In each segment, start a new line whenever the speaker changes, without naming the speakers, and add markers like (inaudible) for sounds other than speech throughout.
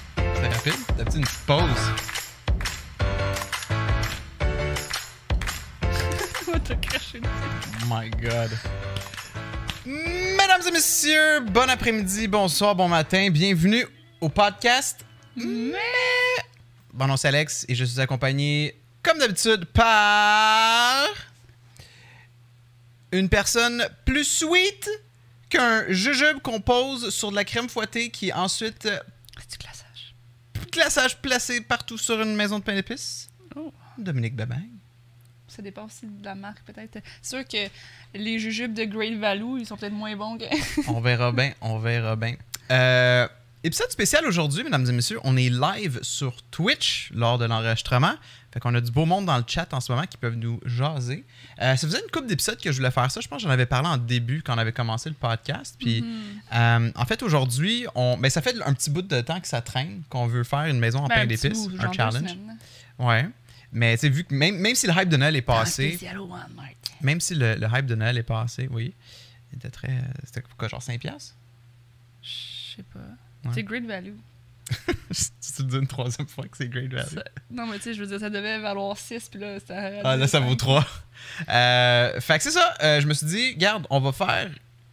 rapide. D'habitude, une petite pause.
On va te cracher dessus.
Oh my God. Mesdames et messieurs, bon après-midi, bonsoir, bon matin. Bienvenue au podcast. Mais... Bon nom, c'est Alex et je suis accompagné, comme d'habitude, par une personne plus sweet qu'un jujube qu'on pose sur de la crème fouettée qui est ensuite euh,
C'est du glaçage.
classage placé partout sur une maison de pain d'épices.
Oh.
Dominique Babang.
Ça dépend aussi de la marque, peut-être. C'est sûr que les jujubes de Great Value, ils sont peut-être moins bons que.
On verra bien, on verra bien. Euh, épisode spécial aujourd'hui, mesdames et messieurs. On est live sur Twitch lors de l'enregistrement. Fait qu'on a du beau monde dans le chat en ce moment qui peuvent nous jaser. Euh, ça faisait une couple d'épisodes que je voulais faire ça. Je pense que j'en avais parlé en début quand on avait commencé le podcast.
(laughs) Mhm.
Puis, euh, en fait, aujourd'hui, on... mais ça fait un petit bout de temps que ça traîne, qu'on veut faire une maison en
Ben,
pain
un petit
d'épices,
bout, genre
un
deux
challenge.
semaines.
Ouais. Mais tu sais, vu que même, même si le hype de Noël est passé,
Spécial au Ah, Walmart.
même si le, le hype de Noël est passé, oui, il était très. euh, C'était quoi, genre 5$? piastres?
Je sais pas.
Ouais.
C'est Great Value.
(laughs) tu te dis une troisième fois que c'est great value.
Ça- Non, mais tu sais, je veux dire, ça devait valoir 6, puis là, ça.
Ah, là, ça vaut 3. fait que c'est ça. euh, je me suis dit, garde, on va faire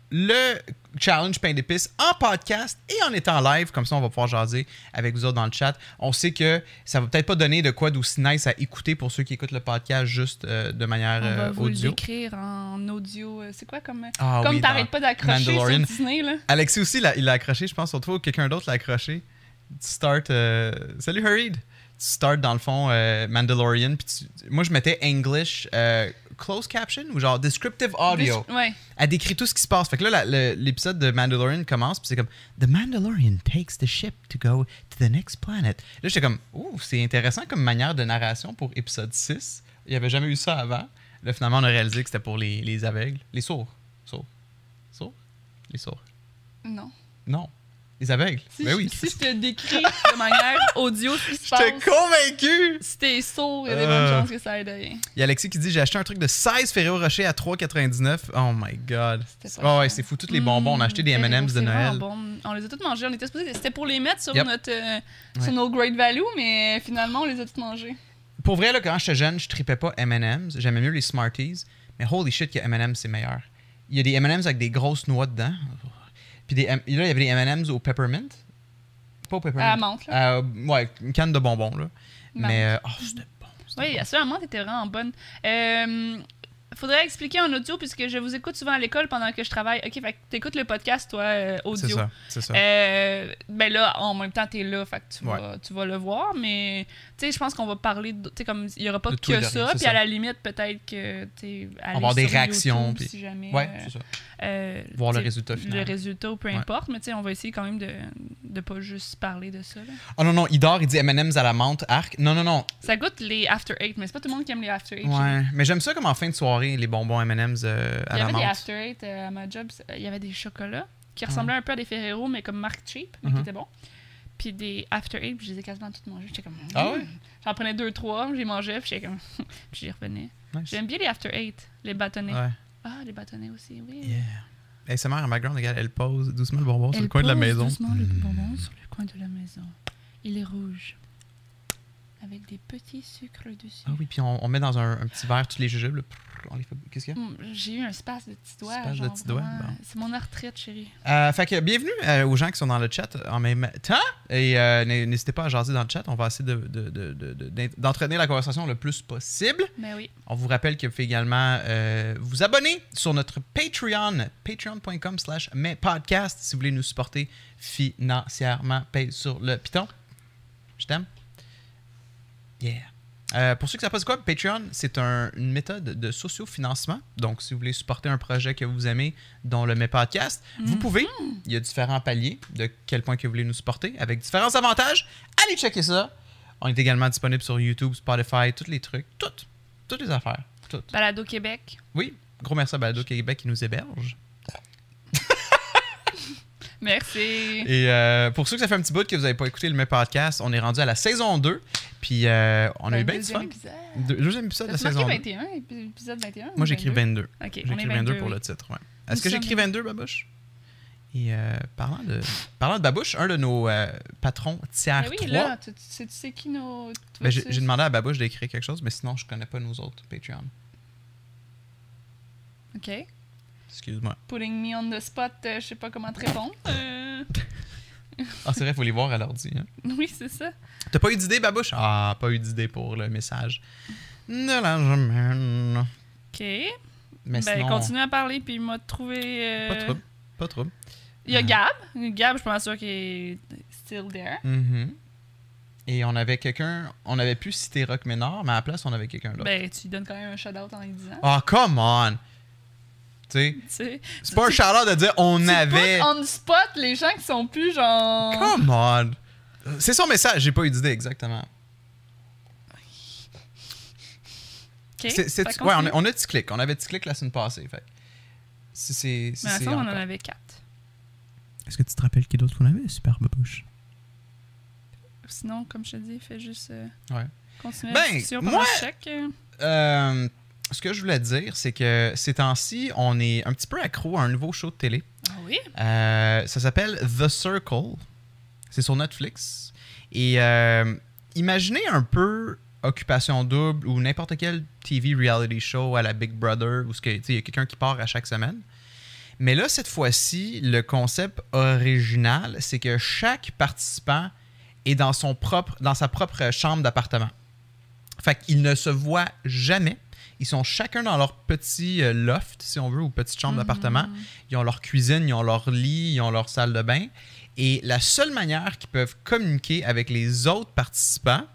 le challenge pain d'épices en podcast et en étant live. Comme ça, on va pouvoir jaser avec vous autres dans le chat. On sait que ça va peut-être pas donner de quoi d'aussi nice à écouter pour ceux qui écoutent le podcast juste euh, de manière
On va
euh,
vous
audio.
l'écrire en audio. euh, C'est quoi comme.
Ah
comme
oui, dans-
t'arrêtes pas d'accrocher sur
Mandalorian.
Disney, là.
Alexis aussi, l'a- il l'a accroché, je pense, surtout ou quelqu'un d'autre l'a accroché. Tu start. euh, Salut Hurried! Tu start dans le fond euh, Mandalorian. puis tu- moi, je mettais English euh, closed caption ou genre descriptive audio.
Des- Ouais.
Elle décrit tout ce qui se passe. Fait que là, la- le- l'épisode de Mandalorian commence, puis c'est comme The Mandalorian takes the ship to go to the next planet. Là, j'étais comme Ouh, c'est intéressant comme manière de narration pour épisode 6. Il n'y avait jamais eu ça avant. Là, finalement, on a réalisé que c'était pour les, les aveugles. Les sourds. Sourds. Sourds? Les sourds.
Non.
Non. Les aveugles.
Si,
ben
je-
oui.
si je te décris de manière audio ce qui
(laughs)
se passe,
J'étais convaincu.
si t'es sourd, il y a des
Euh.
bonnes chances que ça aide à rien.
Il y a Alexis qui dit j'ai acheté un truc de 16 Ferrero Rocher à 3,99. Oh my god.
C'était pas
Oh ouais,
cher.
c'est fou. Tous les bonbons, on a acheté des
Mmh,
M&M's de
c'est vraiment
Noël.
bon. On les a tous mangés. On était supposés- C'était pour les mettre sur,
Yep.
notre, euh, sur
Ouais.
nos great value, mais finalement, on les a tous mangés.
Pour vrai, là, quand j'étais jeune, je tripais pas M&M's. J'aimais mieux les Smarties. Mais holy shit que M&M's, c'est meilleur. Il y a des M&M's avec des grosses noix dedans. Puis des M- là, il y avait des M&M's au peppermint. Pas au
À la
peppermint.
menthe. Là.
Euh, ouais, une canne de bonbons, là.
Menthe.
Mais, euh, oh, c'était bon. c'était
Oui, ceux à menthe étaient vraiment bonnes. Euh, faudrait expliquer en audio, puisque je vous écoute souvent à l'école pendant que je travaille. OK, fait que t'écoutes le podcast, toi, euh,
bon. C'est
audio.
ça, c'est ça.
Euh, ben là, en même temps, t'es là, fait que tu, vas, tu vas le voir, mais tu sais, je pense qu'on va parler, de- tu sais, comme il y aura pas
De tout et
que
de rien,
ça,
c'est
puis
ça.
à la limite, peut-être que tu sais, aller
avoir des
sur
réactions,
YouTube,
puis-
si jamais.
ouais,
euh,
c'est ça.
euh,
Voir le
tu sais,
résultat final.
Le résultat, peu
Ouais.
importe, mais tu sais, on va essayer quand même de, de pas juste parler de ça. là.
Oh non, non, il dort, il dit M&M's à la menthe, arc. Non, non, non.
Ça goûte les After Eight, mais c'est pas tout le monde qui aime les After Eight.
Ouais, mais j'aime ça comme en fin de soirée, les bonbons M&M's euh,
Il
à
y
la
avait des
menthe.
After Eight euh, à ma job. c'est- Il y avait des chocolats qui ressemblaient un peu à des Ferrero, mais comme marque cheap, mais
Mhm.
qui étaient bons. Puis des After Eight, puis je les ai quasiment toutes mangées. J'étais comme.
Ah
mm.
ouais?
J'en prenais deux, trois, je les mangeais, puis j'étais comme. (laughs) puis j'y revenais.
Nice.
J'aime bien les After Eight, les bâtonnets.
Ouais.
Ah, les bâtonnets aussi, oui.
Yeah. Hey, sa mère en background, regarde, elle pose doucement le bonbon sur
Elle
le coin de la
pose
maison. Hmm.
doucement le bonbon sur le coin de la maison. Il est rouge. Avec des petits sucres dessus.
Ah oui, puis on, on met dans un, un petit verre tous les jujubes. là. Prrr, on les fait- Qu'est-ce qu'il y a?
Mm, J'ai eu un espace de petits doigts.
Espace de
genre,
petits doigts,
vraiment.
bon.
C'est mon retraite, chérie.
Euh, fait que bienvenue euh, aux gens qui sont dans le chat en même temps. Et euh, n'hé- n'hésitez pas à jaser dans le chat. On va essayer de- de- de- de- de- d'en- d'entraîner la conversation le plus possible.
Mais oui.
On vous rappelle que vous pouvez également euh, vous abonner sur notre Patreon, patreon.com slash mespodcast, si vous voulez nous supporter financièrement. Paye sur le piton. Je t'aime. Yeah. Euh, pour ceux qui ne savent pas c'est quoi, Patreon, c'est un- une méthode de sociofinancement. Donc, si vous voulez supporter un projet que vous aimez, dont le Mes Podcast, vous pouvez. Il y a différents paliers de quel point que vous voulez nous supporter, avec différents avantages. Allez checker ça. On est également disponible sur YouTube, Spotify, tous les trucs, toutes, toutes les affaires, toutes.
Balado Québec.
Oui, gros merci à Balado Québec qui nous héberge.
Merci.
Et euh, pour ceux que ça fait un petit bout que vous n'avez pas écouté le même podcast, on est rendu à la saison 2. Puis euh, on
Ben,
a eu bien du fun. Deux- Deuxième épisode de la
T'as marqué
saison 2.
21, épi- épisode 21?
Moi, j'écris 22.
Ok, on est
J'écris 22 pour
oui.
le titre, ouais. Est-ce que
sommes-
j'écris 22, Babouche? Et euh, parlant, de, parlant de Babouche, un de nos euh, patrons tiers
Ben oui,
3,
là, tu, tu sais, tu sais qui nos. tu vois,
ben, j'ai
tu sais-
j'ai demandé à Babouche d'écrire quelque chose, mais sinon, je connais pas nos autres Patreon.
Ok.
Excuse-moi.
Putting me on the spot, euh, je sais pas comment te répondre. Euh,
Ah, c'est vrai, faut les voir à l'ordi. hein.
Oui, c'est ça.
T'as pas eu d'idée, Babouche? Ah, pas eu d'idée pour le message de la semaine.
Ok.
Mais
ben,
sinon,
continue à parler, puis il m'a trouvé. euh,
pas de trouble. Pas de trouble.
Il y a
Euh.
Gab. Gab, je suis pas sûre qu'il est still there.
Mhm. Et on avait quelqu'un, on avait pu citer Rock Ménard, mais à la place, on avait quelqu'un d'autre.
Ben, tu lui donnes quand même un shout-out en lui disant.
Ah, come on! Tu sais,
Tu sais,
c'est pas un shout-out de dire on
tu
avait.
put on the spot les gens qui sont plus genre.
Come on! C'est son message, j'ai pas eu d'idée exactement.
Ok,
C'est- c'est-
fait
ouais, on
ben, continue.
a, on a petit clic. On avait petit clic la semaine passée. Fait. que Si c'est. si
Mais à
c'est
Ben, ça, on en
encore-
avait quatre.
Est-ce que tu te rappelles qui d'autre qu'on avait, Super Babouche?
Sinon, comme je te dis, fais juste euh,
Ouais.
continuer
Ben,
la discussion pendant
moi-
le chèque. euh.
Euh, ce que je voulais dire, c'est que ces temps-ci, on est un petit peu accro à un nouveau show de télé.
Ah oui?
Euh, ça s'appelle The Circle. C'est sur Netflix. Et euh, imaginez un peu Occupation Double ou n'importe quel TV reality show à la Big Brother où ce que, tu sais, il y a quelqu'un qui part à chaque semaine. Mais là, cette fois-ci, le concept original, c'est que chaque participant est dans, son propre, dans sa propre chambre d'appartement. Fait qu'ils ne se voient jamais. Ils sont chacun dans leur petit euh, loft, si on veut, ou petite
Mm-hmm.
chambre d'appartement.
Hmm.
Ils ont leur cuisine, ils ont leur lit, ils ont leur salle de bain. Et la seule manière qu'ils peuvent communiquer avec les autres participants,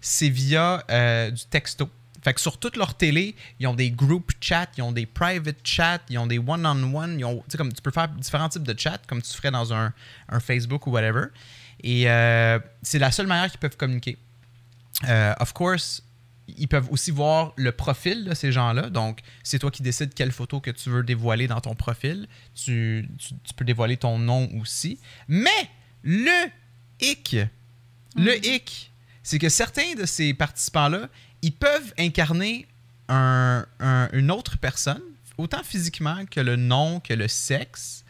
c'est via euh, du texto. Fait que sur toute leur télé, ils ont des group chats, ils ont des private chats, ils ont des one-on-one, ils ont, tu sais, comme tu peux faire différents types de chats, comme tu ferais dans un, un Facebook ou whatever. Et euh, c'est la seule manière qu'ils peuvent communiquer. Euh, of course, ils peuvent aussi voir le profil de ces gens-là. Donc, c'est toi qui décides quelle photo que tu veux dévoiler dans ton profil. Tu, tu- tu peux dévoiler ton nom aussi. Mais le hic, le hic, c'est que certains de ces participants-là, ils peuvent incarner un- un- une autre personne, autant physiquement que le nom, que le sexe.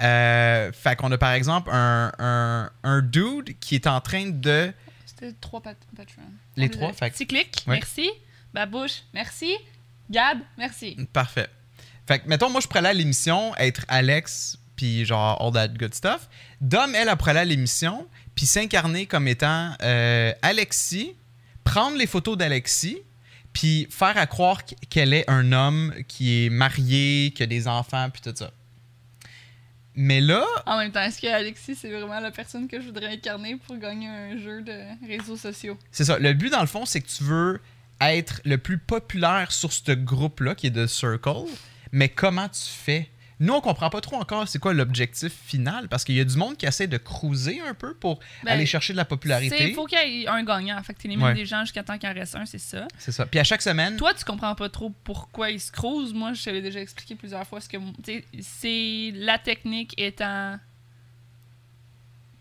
Euh, fait qu'on a par exemple un, un- un dude qui est en train de.
C'était trois pat patrons.
Les
On
trois,
a-
fait que-
Petit clic,
Ouais.
merci. Babouche, merci. Gab, merci.
Parfait. Fait que, mettons, moi, je pourrais aller à l'émission, être Alex, puis genre all that good stuff. Dom, elle, elle pourrait aller à l'émission, puis s'incarner comme étant euh, Alexis, prendre les photos d'Alexis, puis faire à croire qu- qu'elle est un homme qui est marié, qui a des enfants, puis tout ça. Mais là,
En même temps, est-ce que Alexis, c'est vraiment la personne que je voudrais incarner pour gagner un jeu de réseaux sociaux?
C'est ça. Le but, dans le fond, c'est que tu veux être le plus populaire sur ce groupe-là, qui est de Circle. Mais comment tu fais? Nous, on comprend pas trop encore c'est quoi l'objectif final, parce qu'il y a du monde qui essaie de cruiser un peu pour
Ben,
aller chercher de la popularité.
Il faut qu'il y ait un gagnant. Fait que t'élimines
Ouais.
des gens jusqu'à temps qu'il en reste un, c'est ça.
C'est ça. Puis à chaque semaine,
Toi, tu comprends pas trop pourquoi ils se croisent. Moi, je t'avais déjà expliqué plusieurs fois ce que. tu sais, C'est la technique étant.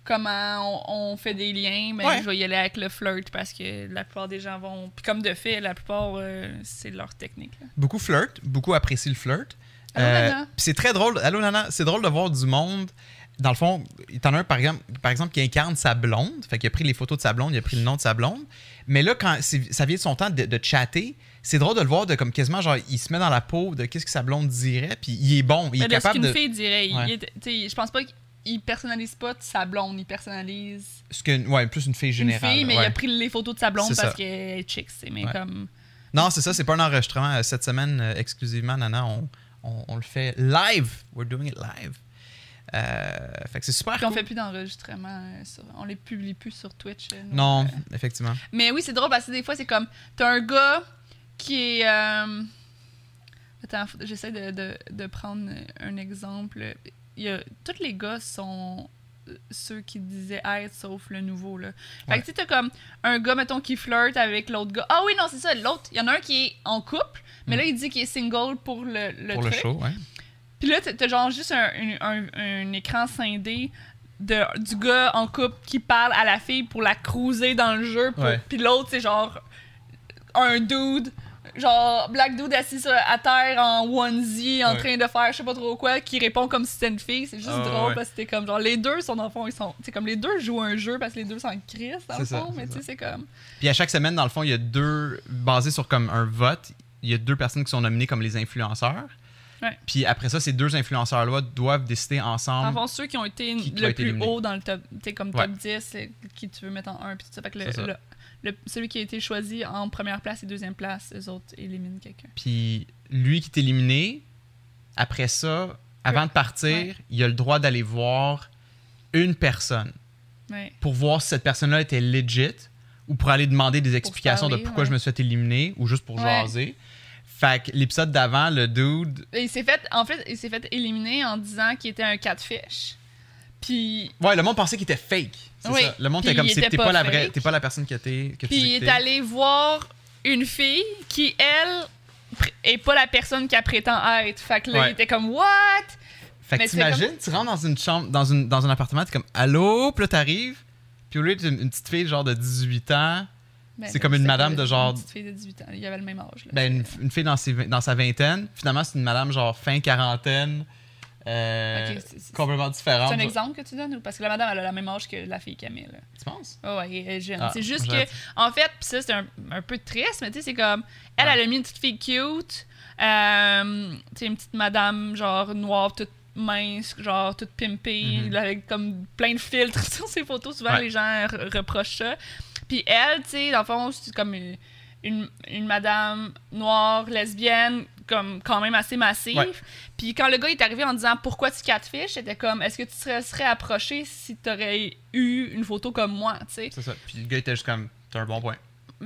Comment on, on fait des liens, mais
Ouais.
je vais y aller avec le flirt parce que la plupart des gens vont. Puis comme de fait, la plupart, euh, c'est leur technique. là.
beaucoup flirtent, beaucoup apprécient le flirt.
Allô,
Euh,
Nana?
puis c'est très drôle. Allô, Nana, c'est drôle de voir du monde. Dans le fond, il y en a un, par exemple, par exemple, qui incarne sa blonde. Fait qu'il a pris les photos de sa blonde, il a pris le nom de sa blonde. Mais là, quand c'est- ça vient de son temps de, de chatter, c'est drôle de le voir de comme quasiment, genre, il se met dans la peau de qu'est-ce que sa blonde dirait, puis il est bon, il
Mais
est
Ben, de ce
capable
qu'une
de...
fille dirait. il
Ouais.
est- tu sais, je pense pas qu'il personnalise pas sa blonde, il personnalise
Ce que, ouais, plus une fille générale.
une fille, mais
ouais.
il a pris les photos de sa blonde
C'est
parce
ça.
qu'elle est chic, c'est mais
Ouais.
comme.
Non, c'est ça, c'est pas un enregistrement. Euh, Cette semaine, euh, exclusivement, Nana, on, on- on le fait live. We're doing it live. Euh, fait que c'est super
Puis on
cool.
fait plus d'enregistrements, euh, sur- on les publie plus sur Twitch. euh, nos-
Non, effectivement.
Mais oui, c'est drôle parce que des fois, c'est comme. T'as un gars qui est. euh, Attends, faut- j'essaie de, de- de prendre un exemple. Il y a... Tous les gars sont euh, ceux qui disaient être sauf le nouveau. Là. Fait
Ouais.
que tu sais, t'as comme un gars, mettons, qui flirte avec l'autre gars. Ah oui, non, c'est ça, l'autre. Il y en a un qui est en couple, mais
Mm.
là, il dit qu'il est single pour le, le
pour
truc.
le show, ouais.
Puis là, t'as t'as genre juste un, un- un- un écran scindé de, du gars en couple qui parle à la fille pour la cruiser dans le jeu. pour-
Ouais.
Puis l'autre, c'est genre un dude genre Black Dude assis sur- à terre en onesie en
Ouais.
train de faire je sais pas trop quoi qui répond comme si c'était une fille c'est juste
Ah,
drôle
ouais.
parce que c'était comme genre les deux sont dans le fond ils sont c'est comme les deux jouent un jeu parce que les deux sont en crise dans le
C'est ça,
fond
c'est
mais tu
ça.
sais c'est comme
Puis à chaque semaine, dans le fond, il y a deux, basé sur comme un vote, il y a deux personnes qui sont nominées comme les influenceurs.
Ouais.
Puis après ça, ces deux influenceurs-là doivent décider
dans le
ensemble.
fond ceux qui ont été
Qui- qui a
le
été
plus
éliminé.
haut dans le top tu sais comme
Ouais.
top 10 c'est qui tu veux mettre en 1 puis tout ça fait que le-
C'est ça.
le- le- celui qui a été choisi en première place et deuxième place les autres éliminent quelqu'un
Puis lui qui est éliminé, après ça, avant de partir,
Ouais.
il a le droit d'aller voir une personne
ouais
pour voir si cette personne-là était legit ou pour aller demander des explications
parler,
de pourquoi
ouais.
je me suis fait éliminer ou juste pour
Ouais.
jaser. Fait que l'épisode d'avant, le dude,
Et il s'est fait en fait il s'est fait éliminer en disant qu'il était un catfish puis
Ouais, le monde pensait qu'il était fake. C'est
Oui.
ça. Le monde
Puis
était comme
il
c'est-
était
t'es
pas
pas, la vraie,
fake.
t'es pas la personne que t'es. Que tu
Puis
dis
il
que
est
t'es.
allé voir une fille qui, elle, pr- est pas la personne qu'elle prétend être. Fait que là,
Ouais.
il était comme, What?
Fait
mais
que
c'est comme-
t'imagines, tu rentres dans une chambre, dans, une, dans un appartement, t'es comme allô, puis là t'arrives, puis au lieu d'une une petite fille genre de 18 ans,
Ben,
C'est comme une madame
une
de genre-
petite fille de 18 ans. Il avait le même âge. Là.
ben une, une fille dans, ses vi- dans sa vingtaine, finalement c'est une madame genre fin quarantaine, euh,
Ok, c'est- c'est-
complètement différente.
c'est un exemple que tu donnes? ou- Parce que la madame, elle a la même âge que la fille Camille. là.
Tu penses?
Oh, ouais, elle est jeune.
Ah,
c'est juste
j'aurais
que,
dit.
en fait, pis ça, c'est un, un peu triste, mais tu sais, c'est comme, elle,
Ouais.
elle a mis une petite fille cute, euh, tu sais, une petite madame, genre, noire, toute mince, genre, toute pimpée,
Mhm.
là, avec comme plein de filtres (laughs) sur ses photos. Souvent,
Ouais.
les gens re- reprochent ça. Puis elle, tu sais, dans le fond, c'est comme une, une, une madame noire, lesbienne, comme quand même assez massive.
Ouais.
Puis quand le gars est arrivé en disant pourquoi tu catfish, c'était comme est-ce que tu serais, serais approché si t'aurais eu une photo comme moi, tu sais.
C'est ça. Puis le gars était juste comme t'as un bon point.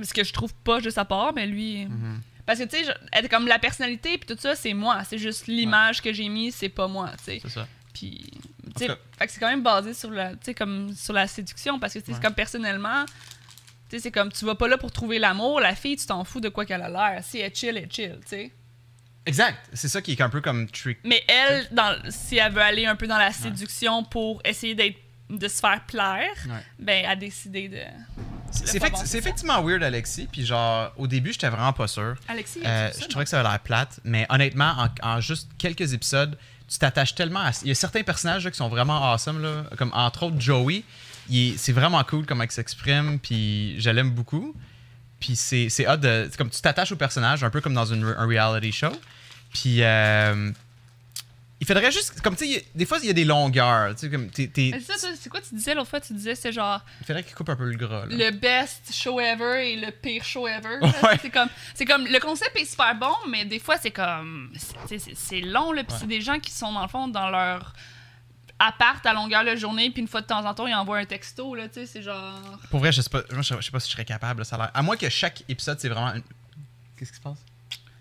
Ce que je trouve pas de sa part, mais lui.
Mhm.
Parce que tu sais, je- elle était comme la personnalité puis tout ça, c'est moi. C'est juste l'image que j'ai mis, c'est pas moi, tu sais.
C'est ça.
Puis, tu sais,
tout cas.
fait que c'est quand même basé sur la, tu sais, comme sur la séduction parce que tu sais, c'est
Ouais.
comme personnellement, tu sais, c'est comme tu vas pas là pour trouver l'amour. La fille, tu t'en fous de quoi qu'elle a l'air. Si elle chill, elle chill, tu sais.
Exact. C'est ça qui est un peu comme trick.
Mais elle, dans, si elle veut aller un peu dans la séduction pour essayer d'être de se faire plaire,
Ouais.
ben, elle a décidé de.
C'est
pas
effecti-
bon,
c'est effectivement weird Alexis, puis genre au début j'étais vraiment pas sûr.
Alexis,
Euh, je trouvais que ça a l'air plate, mais honnêtement, en, en juste quelques épisodes, tu t'attaches tellement à. Il y a certains personnages là, qui sont vraiment awesome, là, comme entre autres Joey. Il est- C'est vraiment cool comment il s'exprime, puis je l'aime beaucoup. Puis c'est c'est hot de. c'est comme tu t'attaches au personnage, un peu comme dans une, re- un reality show. Puis. euh, il faudrait juste. Comme tu sais, il y a- des fois, il y a des longueurs. Tu sais, comme. t'es- t'es-
Mais ça, toi, c'est quoi tu disais l'autre fois? Tu disais, c'est genre
il faudrait qu'il coupe un peu le gras. là.
le best show ever et le pire show ever.
Ouais.
(laughs) C'est comme, c'est comme, le concept est super bon, mais des fois, c'est comme, c'est- c'est c'est long, là, puis c'est des gens qui sont, dans le fond, dans leur appart à longueur de journée, puis une fois de temps en temps, ils envoient un texto, là, tu sais, c'est genre...
Pour vrai, je sais pas, moi, je je sais pas si je serais capable. là, ça a l'air- à moins que chaque épisode, c'est vraiment. une- Qu'est-ce qui se passe?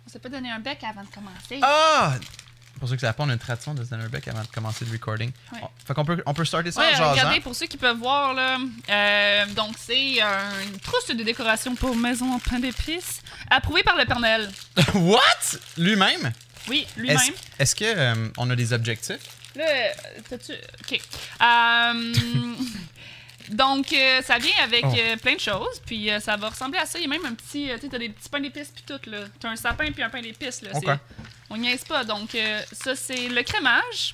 On s'est pas donné un bec avant de commencer.
Ah! Pour ceux qui savent pas, on a une tradition de se donner un bec avant de commencer le recording.
Ouais.
On- fait qu'on peut, on peut starter ça
Ouais,
en jasant.
regardez, pour ceux qui peuvent voir, là, euh, donc c'est un- une trousse de décoration pour maison en pain d'épices, approuvée par le Père Noël.
(laughs) What? Lui-même?
Oui, lui-même.
Est-ce est-ce que euh, on a des objectifs?
Là, euh, t'as-tu. Ok. Euh, (laughs) donc, euh, ça vient avec
Oh.
euh, plein de choses, puis euh, ça va ressembler à ça. Il y a même un petit. euh, tu sais, t'as des petits pains d'épices, puis tout, là. T'as un sapin, puis un pain d'épices, là.
Ok.
C'est- On niaise pas. Donc, euh, ça, c'est le crémage.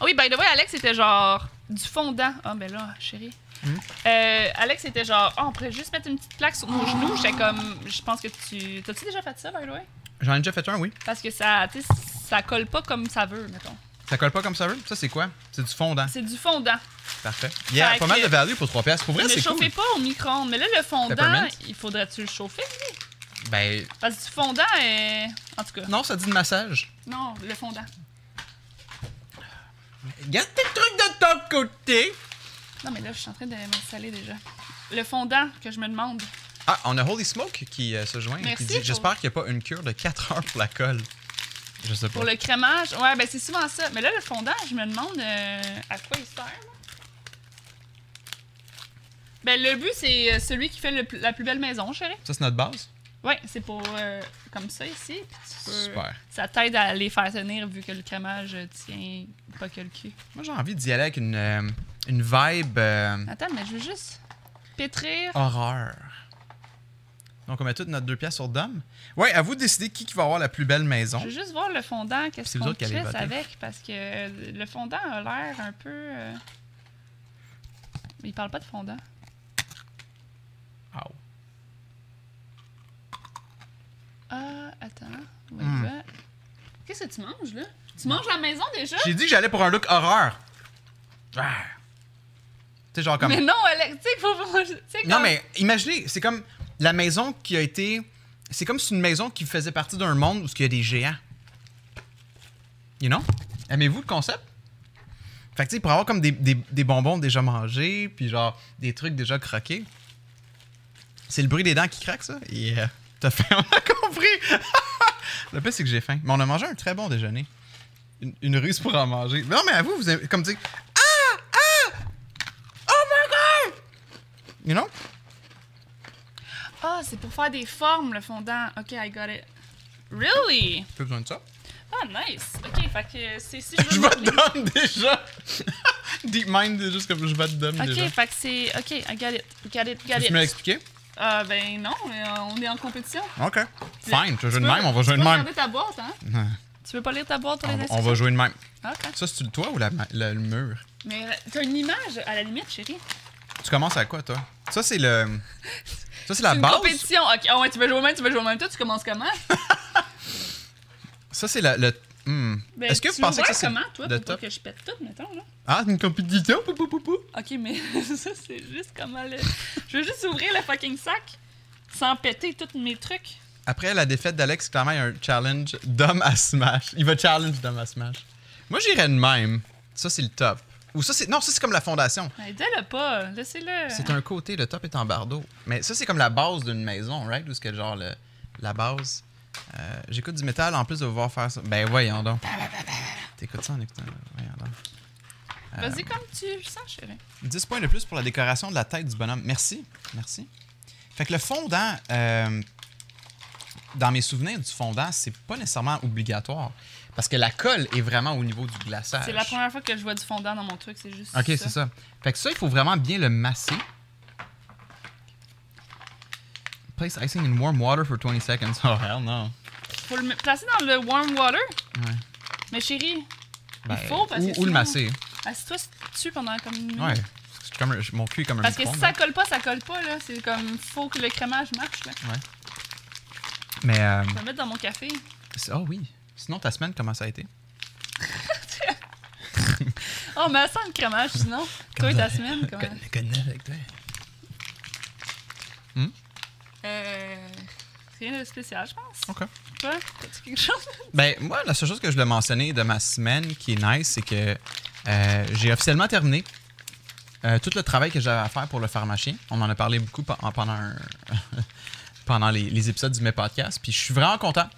Ah oui, by the way, Alex était genre du fondant. Ah, ben là, chérie.
Hmm.
Euh, Alex était genre, Ah, on pourrait juste mettre une petite plaque sur nos genoux. J'étais comme, je pense que tu. T'as-tu déjà fait ça, by the way?
J'en ai déjà fait un, oui.
Parce que ça, tu sais, ça colle pas comme ça veut, mettons.
Ça colle pas comme ça veut? Ça, c'est quoi? C'est du fondant.
C'est du fondant.
Parfait. Il y a
Fait
pas mal
que-
de value pour 3 pièces. Pour vrai,
ne
c'est
chauffez
cool.
pas au micro-ondes. Mais là, le fondant,
Peppermint?
il faudrait-tu le chauffer?
Ben,
Parce que du fondant est. En tout cas,
non, ça dit de massage.
non, le fondant.
Garde tes trucs de ton côté.
Non, mais là, je suis en train de m'installer déjà. Le fondant que je me demande.
Ah, on a Holy Smoke qui euh, se joint. et qui
Merci
dit
pour-
J'espère qu'il n'y a pas une cure de 4 heures pour la colle. Je sais pas.
Pour le crémage, ouais, ben c'est souvent ça. Mais là, le fondant, je me demande euh, à quoi il sert. là. Ben, le but, c'est euh, celui qui fait le pl- la plus belle maison, chérie.
Ça, c'est notre base?
Ouais, c'est pour euh, comme ça ici. puis tu peux-
Super.
Ça t'aide à les faire tenir vu que le crémage euh, tient pas que le cul.
Moi, j'ai envie d'y aller avec une, euh, une vibe euh,
Attends, mais je veux juste pétrir.
horreur. Donc, on met toutes notre deux pièces sur Dom. Ouais, à vous de décider qui, qui va avoir la plus belle maison.
Je veux juste voir le fondant, qu'est-ce
C'est vous
qu'on
autres qui allez
crisse
voter.
avec, parce que euh, le fondant a l'air un peu... euh, Il parle pas de fondant.
Ow.
Ah, attends. Où
Hmm.
est-ce que- Qu'est-ce que tu manges, là? Tu manges à la maison déjà?
J'ai dit que j'allais pour un look horreur. Ah. Tu sais, genre comme.
Mais non, Alex, tu sais qu'il faut... faut- (laughs) tu sais,
Non,
comme-
mais imaginez, c'est comme la maison qui a été. C'est comme si une maison qui faisait partie d'un monde où il y a des géants. You know? Aimez-vous le concept? Fait que, tu sais, pour avoir comme des, des- des bonbons déjà mangés, puis genre des trucs déjà croqués. C'est le bruit des dents qui craquent, ça? Yeah. T'as faim, (laughs) on a compris! le pire, c'est que j'ai faim. Mais on a mangé un très bon déjeuner. Une, une ruse pour en manger. Non, mais à vous, vous aimez- comme dire. Ah! Ah! Oh my god! You know?
Ah, c'est pour faire des formes, le fondant. OK, I got it. Really?
Pas besoin de ça.
Ah, nice. OK, fait que c'est si je
(laughs) Je
veux...
vais
mettre les-
te donner déjà. (laughs) Deep Mind, c'est juste comme je vais te donner déjà.
OK, fait que c'est... OK, I got it. Got it, got
Tu me l'as
it.
expliqué?
Ah, ben non, mais euh, on est en compétition.
Ok. Fine, tu vas jouer
Tu
de
peux-
même, on va
tu
jouer de
peux
même.
regarder ta boîte, hein?
Ouais.
Tu veux pas lire ta boîte pour les
On, on
instructions?
va jouer de même.
OK.
Ça, c'est le toit ou la ma- la- le mur?
Mais euh, t'as une image, à la limite, chérie.
Tu commences à quoi, toi? Ça, c'est le. Ça, c'est la
C'est une
base.
compétition. OK, ah ouais, tu veux jouer au même, tu veux jouer au même. Toi, tu commences comment?
Ça, c'est la- le. hmm.
Ben,
Est-ce que
tu
vous pensez
vois
que ça, c'est
comment, toi,
le
pour pas
top?
que je pète tout, mettons, là?
Ah, une compétition? Pou, pou, pou, pou.
OK, mais (laughs) ça, c'est juste comment le... Je veux juste ouvrir le fucking sac sans péter tous mes trucs.
Après la défaite d'Alex, clairement, il y a un challenge d'homme à Smash. Il va challenge d'homme à Smash. Moi, j'irais de même. Ça, c'est le top. Ou ça, c'est. Non, ça, c'est comme la fondation.
Mais aidez-le Ben, pas, laissez-le.
C'est un côté, le top est en bardeau. Mais ça, c'est comme la base d'une maison, right? Ou ce que genre le- la base. Euh, J'écoute du métal en plus de vous voir faire ça. Ben voyons donc. T'écoutes ça en écoutant. Voyons donc.
Vas-y comme tu le sens, chérie.
10 points de plus pour la décoration de la tête du bonhomme. Merci. Merci. Fait que le fondant, euh, dans mes souvenirs du fondant, c'est pas nécessairement obligatoire. Parce que la colle est vraiment au niveau du glaçage.
C'est la première fois que je vois du fondant dans mon truc, c'est juste
Ah, Ok,
ça.
c'est ça. Fait que ça, il faut vraiment bien le masser. Place icing in warm water for 20 seconds. (laughs) Oh, hell no.
Faut le me- placer dans le warm water.
Ouais.
Mais chérie,
Ben,
faut, parce
ou,
que
ou le
sinon-
masser.
assieds-toi dessus pendant comme une minute.
Ouais. C'est Comme, un- mon cul est comme un
Parce que si
micro-ondes, hein.
ça colle pas, ça colle pas, là. C'est comme, faut que le crémage marche, là.
hein. Mais, euh,
Je vais le mettre dans mon café.
c'est- oh oui. Sinon, ta semaine, comment ça a été?
Oh, mais sans le crémage,
(laughs)
sinon. Toi et ta semaine, comment?
avec toi.
Euh... Rien de spécial, je pense.
OK.
Toi, t'as-tu quelque chose? (laughs)
Ben, moi, la seule chose que je voulais mentionner de ma semaine qui est nice, c'est que euh, j'ai officiellement terminé euh, tout le travail que j'avais à faire pour le pharmacien. On en a parlé beaucoup pe- en- pendant, un- (laughs) pendant les, les épisodes du mes podcasts. Puis je suis vraiment content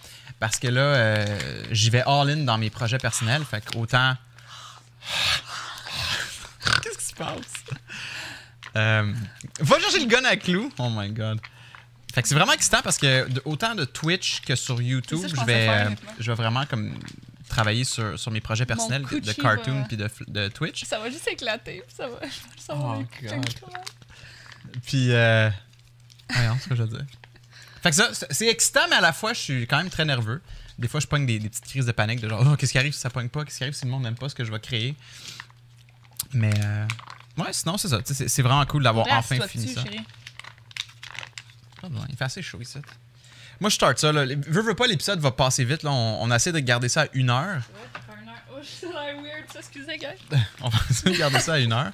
parce que là, euh, j'y vais all-in dans mes projets personnels. Fait que
(laughs)
autant. Qu'est-ce qui se passe? Euh, va chercher le gun à clou. Oh my god. Fait que c'est vraiment excitant parce que de- autant de Twitch que sur YouTube,
C'est ça que je
je,
pensais
vais,
faire,
euh,
honnêtement.
je vais vraiment comme travailler sur, sur mes projets personnels de, de
coochie
cartoon
va-
puis de, fl- de Twitch.
Ça va juste éclater, puis ça va... (laughs) Ça va
Oh,
écouter
God.
un crémage.
Puis, euh... voyons ce que je veux dire. Fait que ça, c'est- c'est excitant, mais à la fois, je suis quand même très nerveux. Des fois, je pogne des, des petites crises de panique, de genre, Oh, qu'est-ce qui arrive si ça pogne pas, qu'est-ce qui arrive si le monde n'aime pas ce que je vais créer. Mais, euh, ouais, sinon, c'est ça. Tu sais, C'est c'est vraiment cool d'avoir
Là,
enfin
assis-toi
fini
dessus,
ça.
chérie.
Pas besoin, Il fait assez chaud ici. Moi, je start ça. Là. Les- Veux, veux pas, l'épisode va passer vite. Là. On, on essaie de garder ça à une heure.
Ouais, ça fait une heure. Oh, j'ai l'air weird, ça, excusez, gars.
On va essayer de garder ça à une heure.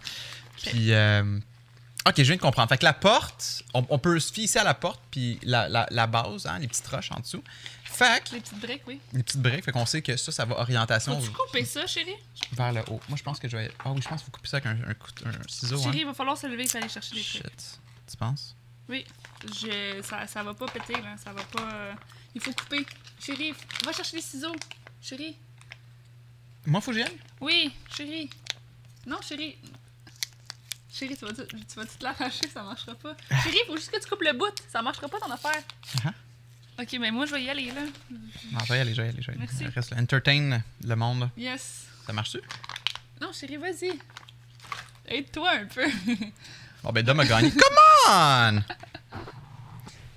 Puis, euh, ok, je viens de comprendre. Fait que la porte, on, on peut se fier ici à la porte, puis la, la- la base, hein, les petites roches en dessous. Fait que
Les petites briques, oui.
les petites briques, fait qu'on sait que ça, ça va orientation
Faut-tu couper ça, chérie?
vers le haut. Moi, je pense que je vais. Ah oui, je pense qu'il faut couper ça avec un, un, couteau- un ciseau. hein.
Chérie, il va falloir se lever et aller chercher des trucs.
Shit. Tu penses?
Oui, je, ça, ça va pas péter, là. Ça va pas. euh, il faut couper. Chérie, va chercher les ciseaux. Chérie.
Moi, faut que j'y aille?
Oui, chérie. Non, chérie. Chérie, tu vas, tu tu vas-tu te l'arracher, ça marchera pas. Chérie, faut juste que tu coupes le bout, ça marchera pas ton affaire.
Ah.
Ok, mais moi je vais y aller là.
Non, je vais y aller, je vais y aller. je vais y aller.
Merci.
Reste là. Entertain le monde.
Yes.
Ça marche-tu?
Non, chérie, vas-y.
(laughs)
Aide-toi un peu.
Bon, ben, Dom a gagné. Come on!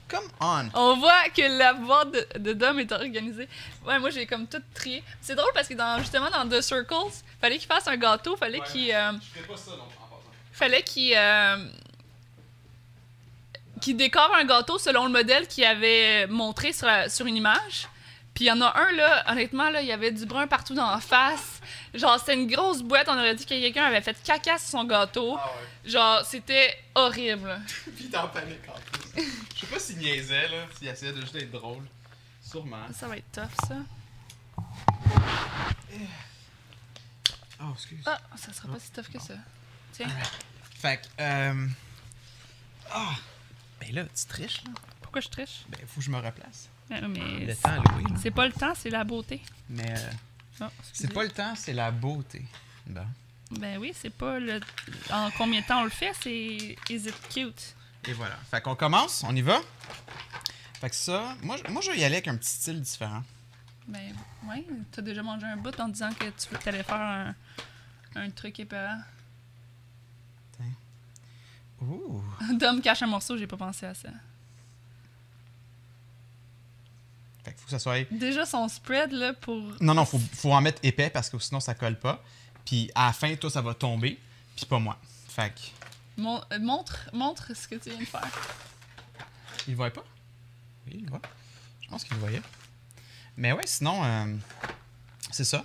Come on!
On voit que la boîte de, de Dom est organisée. Ouais, moi j'ai comme tout trié. C'est drôle parce que dans, justement dans The Circles, fallait qu'il fasse un gâteau, fallait qu'il euh,
Je fais pas ça, non, en passant.
fallait qu'il euh, qu'il décore un gâteau selon le modèle qu'il avait montré sur, la- sur une image. Puis il y en a un là, honnêtement là, il y avait du brun partout dans la face. Genre c'était une grosse boîte, on aurait dit que quelqu'un avait fait caca sur son gâteau.
Ah ouais.
Genre c'était horrible.
Puis t'es en panique en plus. Je sais pas s'il niaisait, là, s'il essayait de juste être drôle. Sûrement.
Ça va être tough ça.
Oh, excuse.
Ah, ça sera pas si tough que ça. Tiens,
Fait que, euh... Ah! Ben là, tu triches, là.
pourquoi je triche
Ben, faut que je me replace.
Ah, mais
Le
c'est-
temps, là, oui. là.
c'est pas le temps, c'est la beauté.
Mais euh,
Oh,
c'est
excusez.
pas le temps, c'est la beauté. Bon.
Ben oui, c'est pas le. En combien de temps on le fait C'est. Is it cute
Et voilà. Fait qu'on commence, on y va. Fait que ça, moi, je- moi je vais y aller avec un petit style différent.
Ben ouais, t'as déjà mangé un bout en disant que tu veux- t'allais faire un, un truc épeurant. (laughs)
Ouh.
Dom cache un morceau, j'ai pas pensé à ça.
Fait que faut que ça soit.
Déjà son spread là pour.
Non, non, faut, faut en mettre épais parce que sinon ça colle pas. Puis à la fin, toi, ça va tomber. Puis pas moi. Fait que.
Mon- euh, montre, montre ce que tu viens de faire.
Il le voyait pas? Oui, il le voit. Je pense qu'il le voyait. Mais ouais, sinon, euh, c'est ça.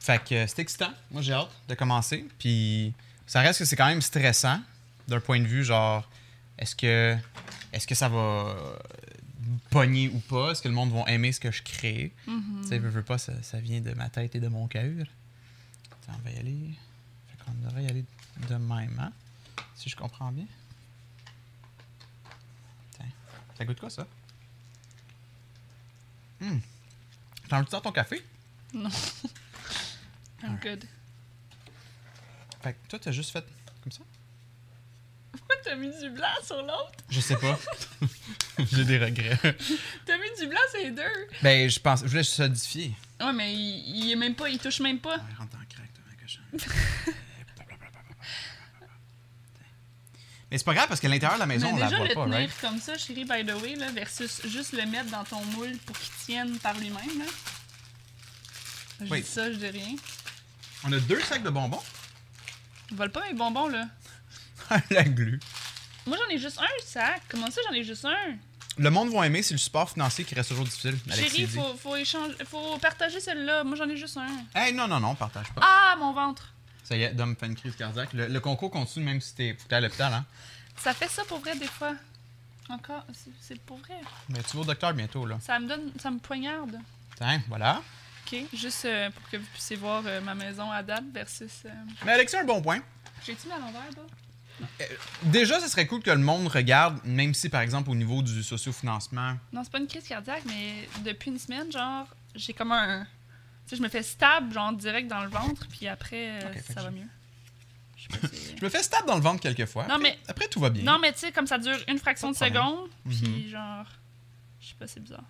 Fait que euh, c'est excitant. Moi, j'ai hâte de commencer. Puis ça reste que c'est quand même stressant d'un point de vue genre, est-ce que, est-ce que ça va euh, pogner ou pas? Est-ce que le monde va aimer ce que je crée? Tu sais, veux, veux pas, ça, ça vient de ma tête et de mon cœur. Attends, on va y aller. Fait qu'on devrait y aller de même, hein? Si je comprends bien. Tiens. Ça goûte quoi, ça? Hmm. T'en veux-tu dans ton café?
I'm good.
Fait que toi, t'as juste fait comme ça?
Pourquoi t'as mis du blanc sur l'autre
Je sais pas. (laughs) J'ai des regrets.
T'as mis du blanc sur les deux
Ben, je pense. Je voulais solidifier.
Ouais, mais il, il est même pas, il touche même pas.
Ouais, Ah, rentre dans le crack, toi, ma
(laughs)
cochonne. Mais c'est pas grave parce que l'intérieur de la maison, on
Mais
la
déjà,
voit
le
pas,
tenir
right?
comme ça, chérie, by the way, là, versus juste le mettre dans ton moule pour qu'il tienne par lui-même. là. Je
Oui.
dis ça, je dis rien.
On a deux sacs de (laughs) bonbons.
Vole pas mes bonbons, là.
Ah, la glu.
Moi, j'en ai juste un sac. Comment ça, j'en ai juste un?
Le monde va aimer, c'est le support financier qui reste toujours difficile. Alexis
Chérie,
dit.
faut, faut, échanger, faut partager celle-là. Moi, j'en ai juste un.
Hey, non, non, non, partage pas.
Ah, mon ventre!
Ça y est, Dom fait une crise cardiaque. Le, le concours continue même si t'es t'es à l'hôpital, hein?
Ça fait ça pour vrai, des fois. Encore, c'est- c'est pour vrai.
Mais tu vas au docteur bientôt, là.
Ça me donne, ça me poignarde.
Tiens, voilà.
OK? Juste euh, pour que vous puissiez voir euh, ma maison à date versus... euh,
Mais Alexis a un bon point.
J'ai-tu mis à l'envers, là?
Déjà, ce serait cool que le monde regarde, même si, par exemple, au niveau du socio-financement,
Non, c'est pas une crise cardiaque, mais depuis une semaine, genre, j'ai comme un. Tu sais, je me fais stable, genre, direct dans le ventre, puis après, euh,
Ok, fait
ça
que
va mieux. Je sais pas si-
je me fais stab dans le ventre quelquefois.
Non, mais-
Après, tout va bien.
non, mais tu sais, comme ça dure une fraction de
Pas de problème. Mhm.
seconde, puis genre. Je sais pas, c'est bizarre.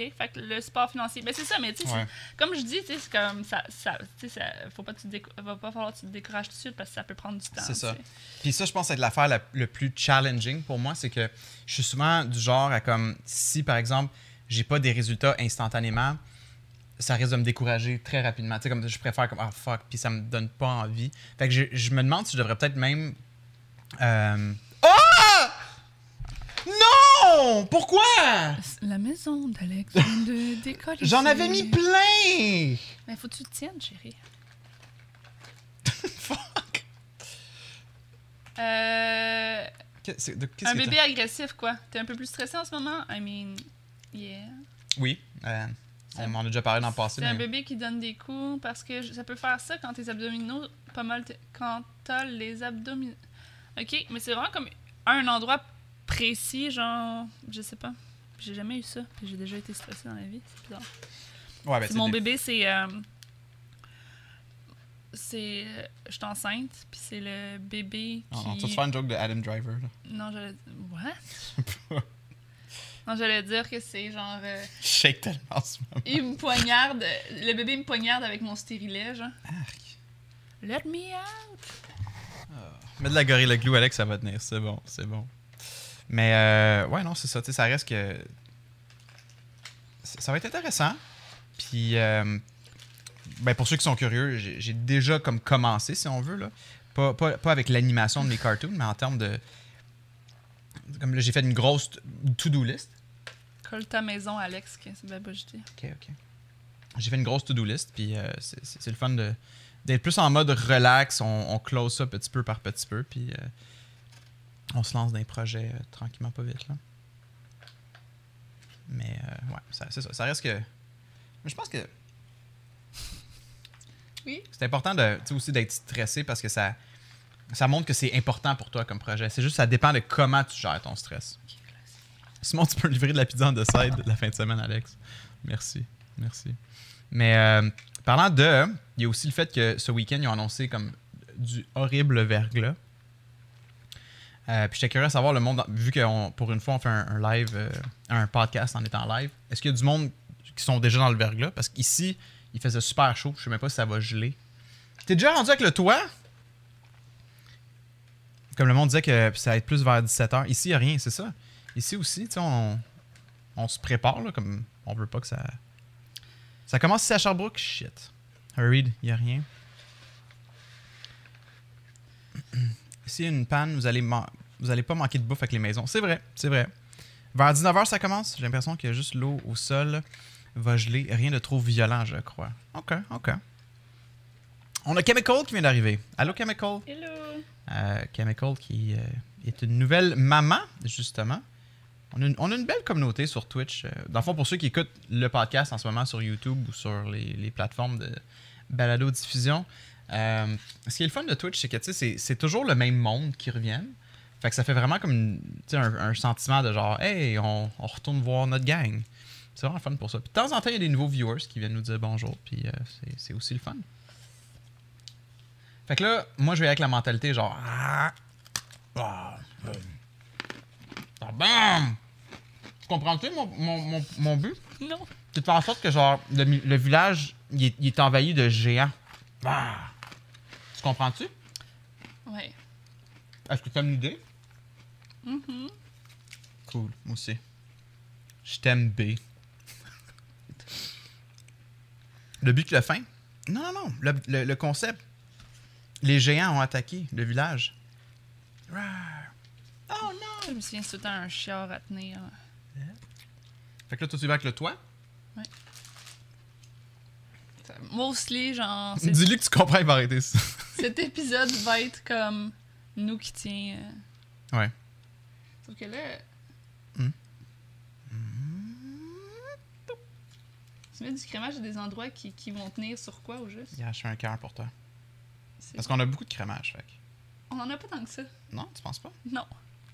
OK? Fait que le support financier. Mais c'est ça, mais tu sais,
Ouais.
c'est- comme je dis, tu sais, c'est comme ça. ça tu sais, ça- faut pas que tu te déco- va pas falloir que tu te décourages tout de suite parce que ça peut prendre du temps.
C'est ça.
tu sais.
Puis ça, je pense être l'affaire la, le plus challenging pour moi, c'est que je suis souvent du genre à comme si par exemple j'ai pas des résultats instantanément, ça risque de me décourager très rapidement. Tu sais comme je préfère comme ah fuck, puis ça me donne pas envie. Fait que je, je me demande si je devrais peut-être même. euh, Ah! Non! Pourquoi?
La maison d'Alex vient
(laughs)
de décoller.
J'en avais mis plein.
Mais faut que tu te tiennes, chérie.
(laughs) Fuck.
Euh,
Que- c'est- de- qu'est-ce
un
que t'as-
bébé agressif, quoi. T'es un peu plus stressé en ce moment? I mean, yeah.
Oui. euh, on en a déjà parlé dans le passé.
C'est un
mais-
bébé qui donne des coups parce que je- ça peut faire ça quand tes abdominaux, pas mal, t- quand t'as les abdominaux. Ok, mais c'est vraiment comme un endroit précis, genre, je sais pas. J'ai jamais eu ça, puis j'ai déjà été stressée dans la vie, c'est bizarre.
Ouais, ben,
C'est
tu sais,
mon
des-
bébé, c'est. euh, c'est. euh, Je suis enceinte, puis c'est le bébé qui.
Non, non, tu vas te faire une joke de Adam Driver. là.
Non, j'allais dire.
(laughs)
What? non, j'allais dire que c'est genre. euh,
Je shake tellement en ce moment.
il me poignarde. Le bébé me poignarde avec mon stérilet, genre.
Arc.
Let me out!
Mets de la gorille le glue, Alex, ça va tenir. C'est bon, c'est bon. Mais euh, ouais, non, c'est ça. tu sais, Ça reste que. Ça ça va être intéressant. Puis, euh, ben, pour ceux qui sont curieux, j'ai j'ai déjà comme commencé, si on veut. Là. Pas, pas- pas avec l'animation de mes cartoons, mais en termes de. Comme là, j'ai fait une grosse to-do list.
Colle ta maison, Alex, que c'est bien pas jeté.
OK, OK. J'ai fait une grosse to-do list, puis euh, c'est- c'est c'est le fun de- d'être plus en mode relax. On, on close ça petit peu par petit peu, puis euh, on se lance dans les projets euh, tranquillement, pas vite. Là. Mais euh, ouais, ça- c'est ça. Ça reste que. Mais je pense que
Oui.
c'est important de, tu sais, aussi d'être stressé parce que ça, ça montre que c'est important pour toi comme projet. C'est juste ça dépend de comment tu gères ton stress. Simon, tu peux livrer de la pizza en side la fin de semaine, Alex. Merci. Merci. Mais euh, parlant de, il y a aussi le fait que ce week-end, ils ont annoncé comme du horrible verglas. Euh, puis j'étais curieux de savoir le monde, vu que on- pour une fois on fait un, un live, euh, un podcast en étant live, est-ce qu'il y a du monde qui sont déjà dans le verglas? Parce qu'ici, il faisait super chaud, je sais même pas si ça va geler. T'es déjà rendu avec le toit? Comme le monde disait que ça va être plus vers 17h. Ici, il n'y a rien, c'est ça. Ici aussi, tu sais, on, on se prépare, là, comme on veut pas que ça. Ça commence ici à Sherbrooke? Shit. Hurried, il n'y a rien. (clears throat) S'il y a une panne, vous allez, man- vous allez pas manquer de bouffe avec les maisons. C'est vrai, c'est vrai. Vers 19h, ça commence. J'ai l'impression que juste l'eau au sol va geler. Rien de trop violent, je crois. OK, OK. On a Chemical qui vient d'arriver. Allô, Chemical?
Hello!
Euh, Chemical qui euh, est une nouvelle maman, justement. On a une, on a une belle communauté sur Twitch. Euh, Dans le fond, pour ceux qui écoutent le podcast en ce moment sur YouTube ou sur les, les plateformes de balado-diffusion, euh, ce qui est le fun de Twitch, c'est que tu sais, c'est c'est toujours le même monde qui revient. Fait que ça fait vraiment comme une- tu sais, un, un sentiment de genre, hey, on, on retourne voir notre gang. C'est vraiment le fun pour ça. Puis de temps en temps, il y a des nouveaux viewers qui viennent nous dire bonjour, puis euh, c'est- c'est aussi le fun. Fait que là, moi, je vais avec la mentalité genre. Ah, ah, euh, ah, bam! Tu comprends-tu mon, mon, mon, mon but?
Non!
C'est de faire en sorte que genre le, mi- le village il est, il est envahi de géants. Ah! Tu comprends-tu?
Ouais.
Est-ce que tu as une idée?
Mhm.
Cool, moi aussi. Je t'aime B. le but que la fin? Non, non, non. Le, le- le concept. Les géants ont attaqué le village. Rar. Oh non!
Je me souviens, c'est tout le temps un chiard à tenir.
Fait que là, toi, tu vas avec le toit.
Ça- Mostly, genre,
(laughs)
c'est-
Dis-lui que tu comprends, il va arrêter ça.
cet épisode va être comme nous qui tient. euh.
Ouais.
Sauf que là.
Hmm.
Tu mets du crémage à des endroits qui, qui vont tenir sur quoi au juste?
(laughs) Il a acheté un cœur pour toi.
C'est-
Parce qu'on a beaucoup de crémage, fait que-
On en a pas tant que ça.
Non, tu penses pas?
Non.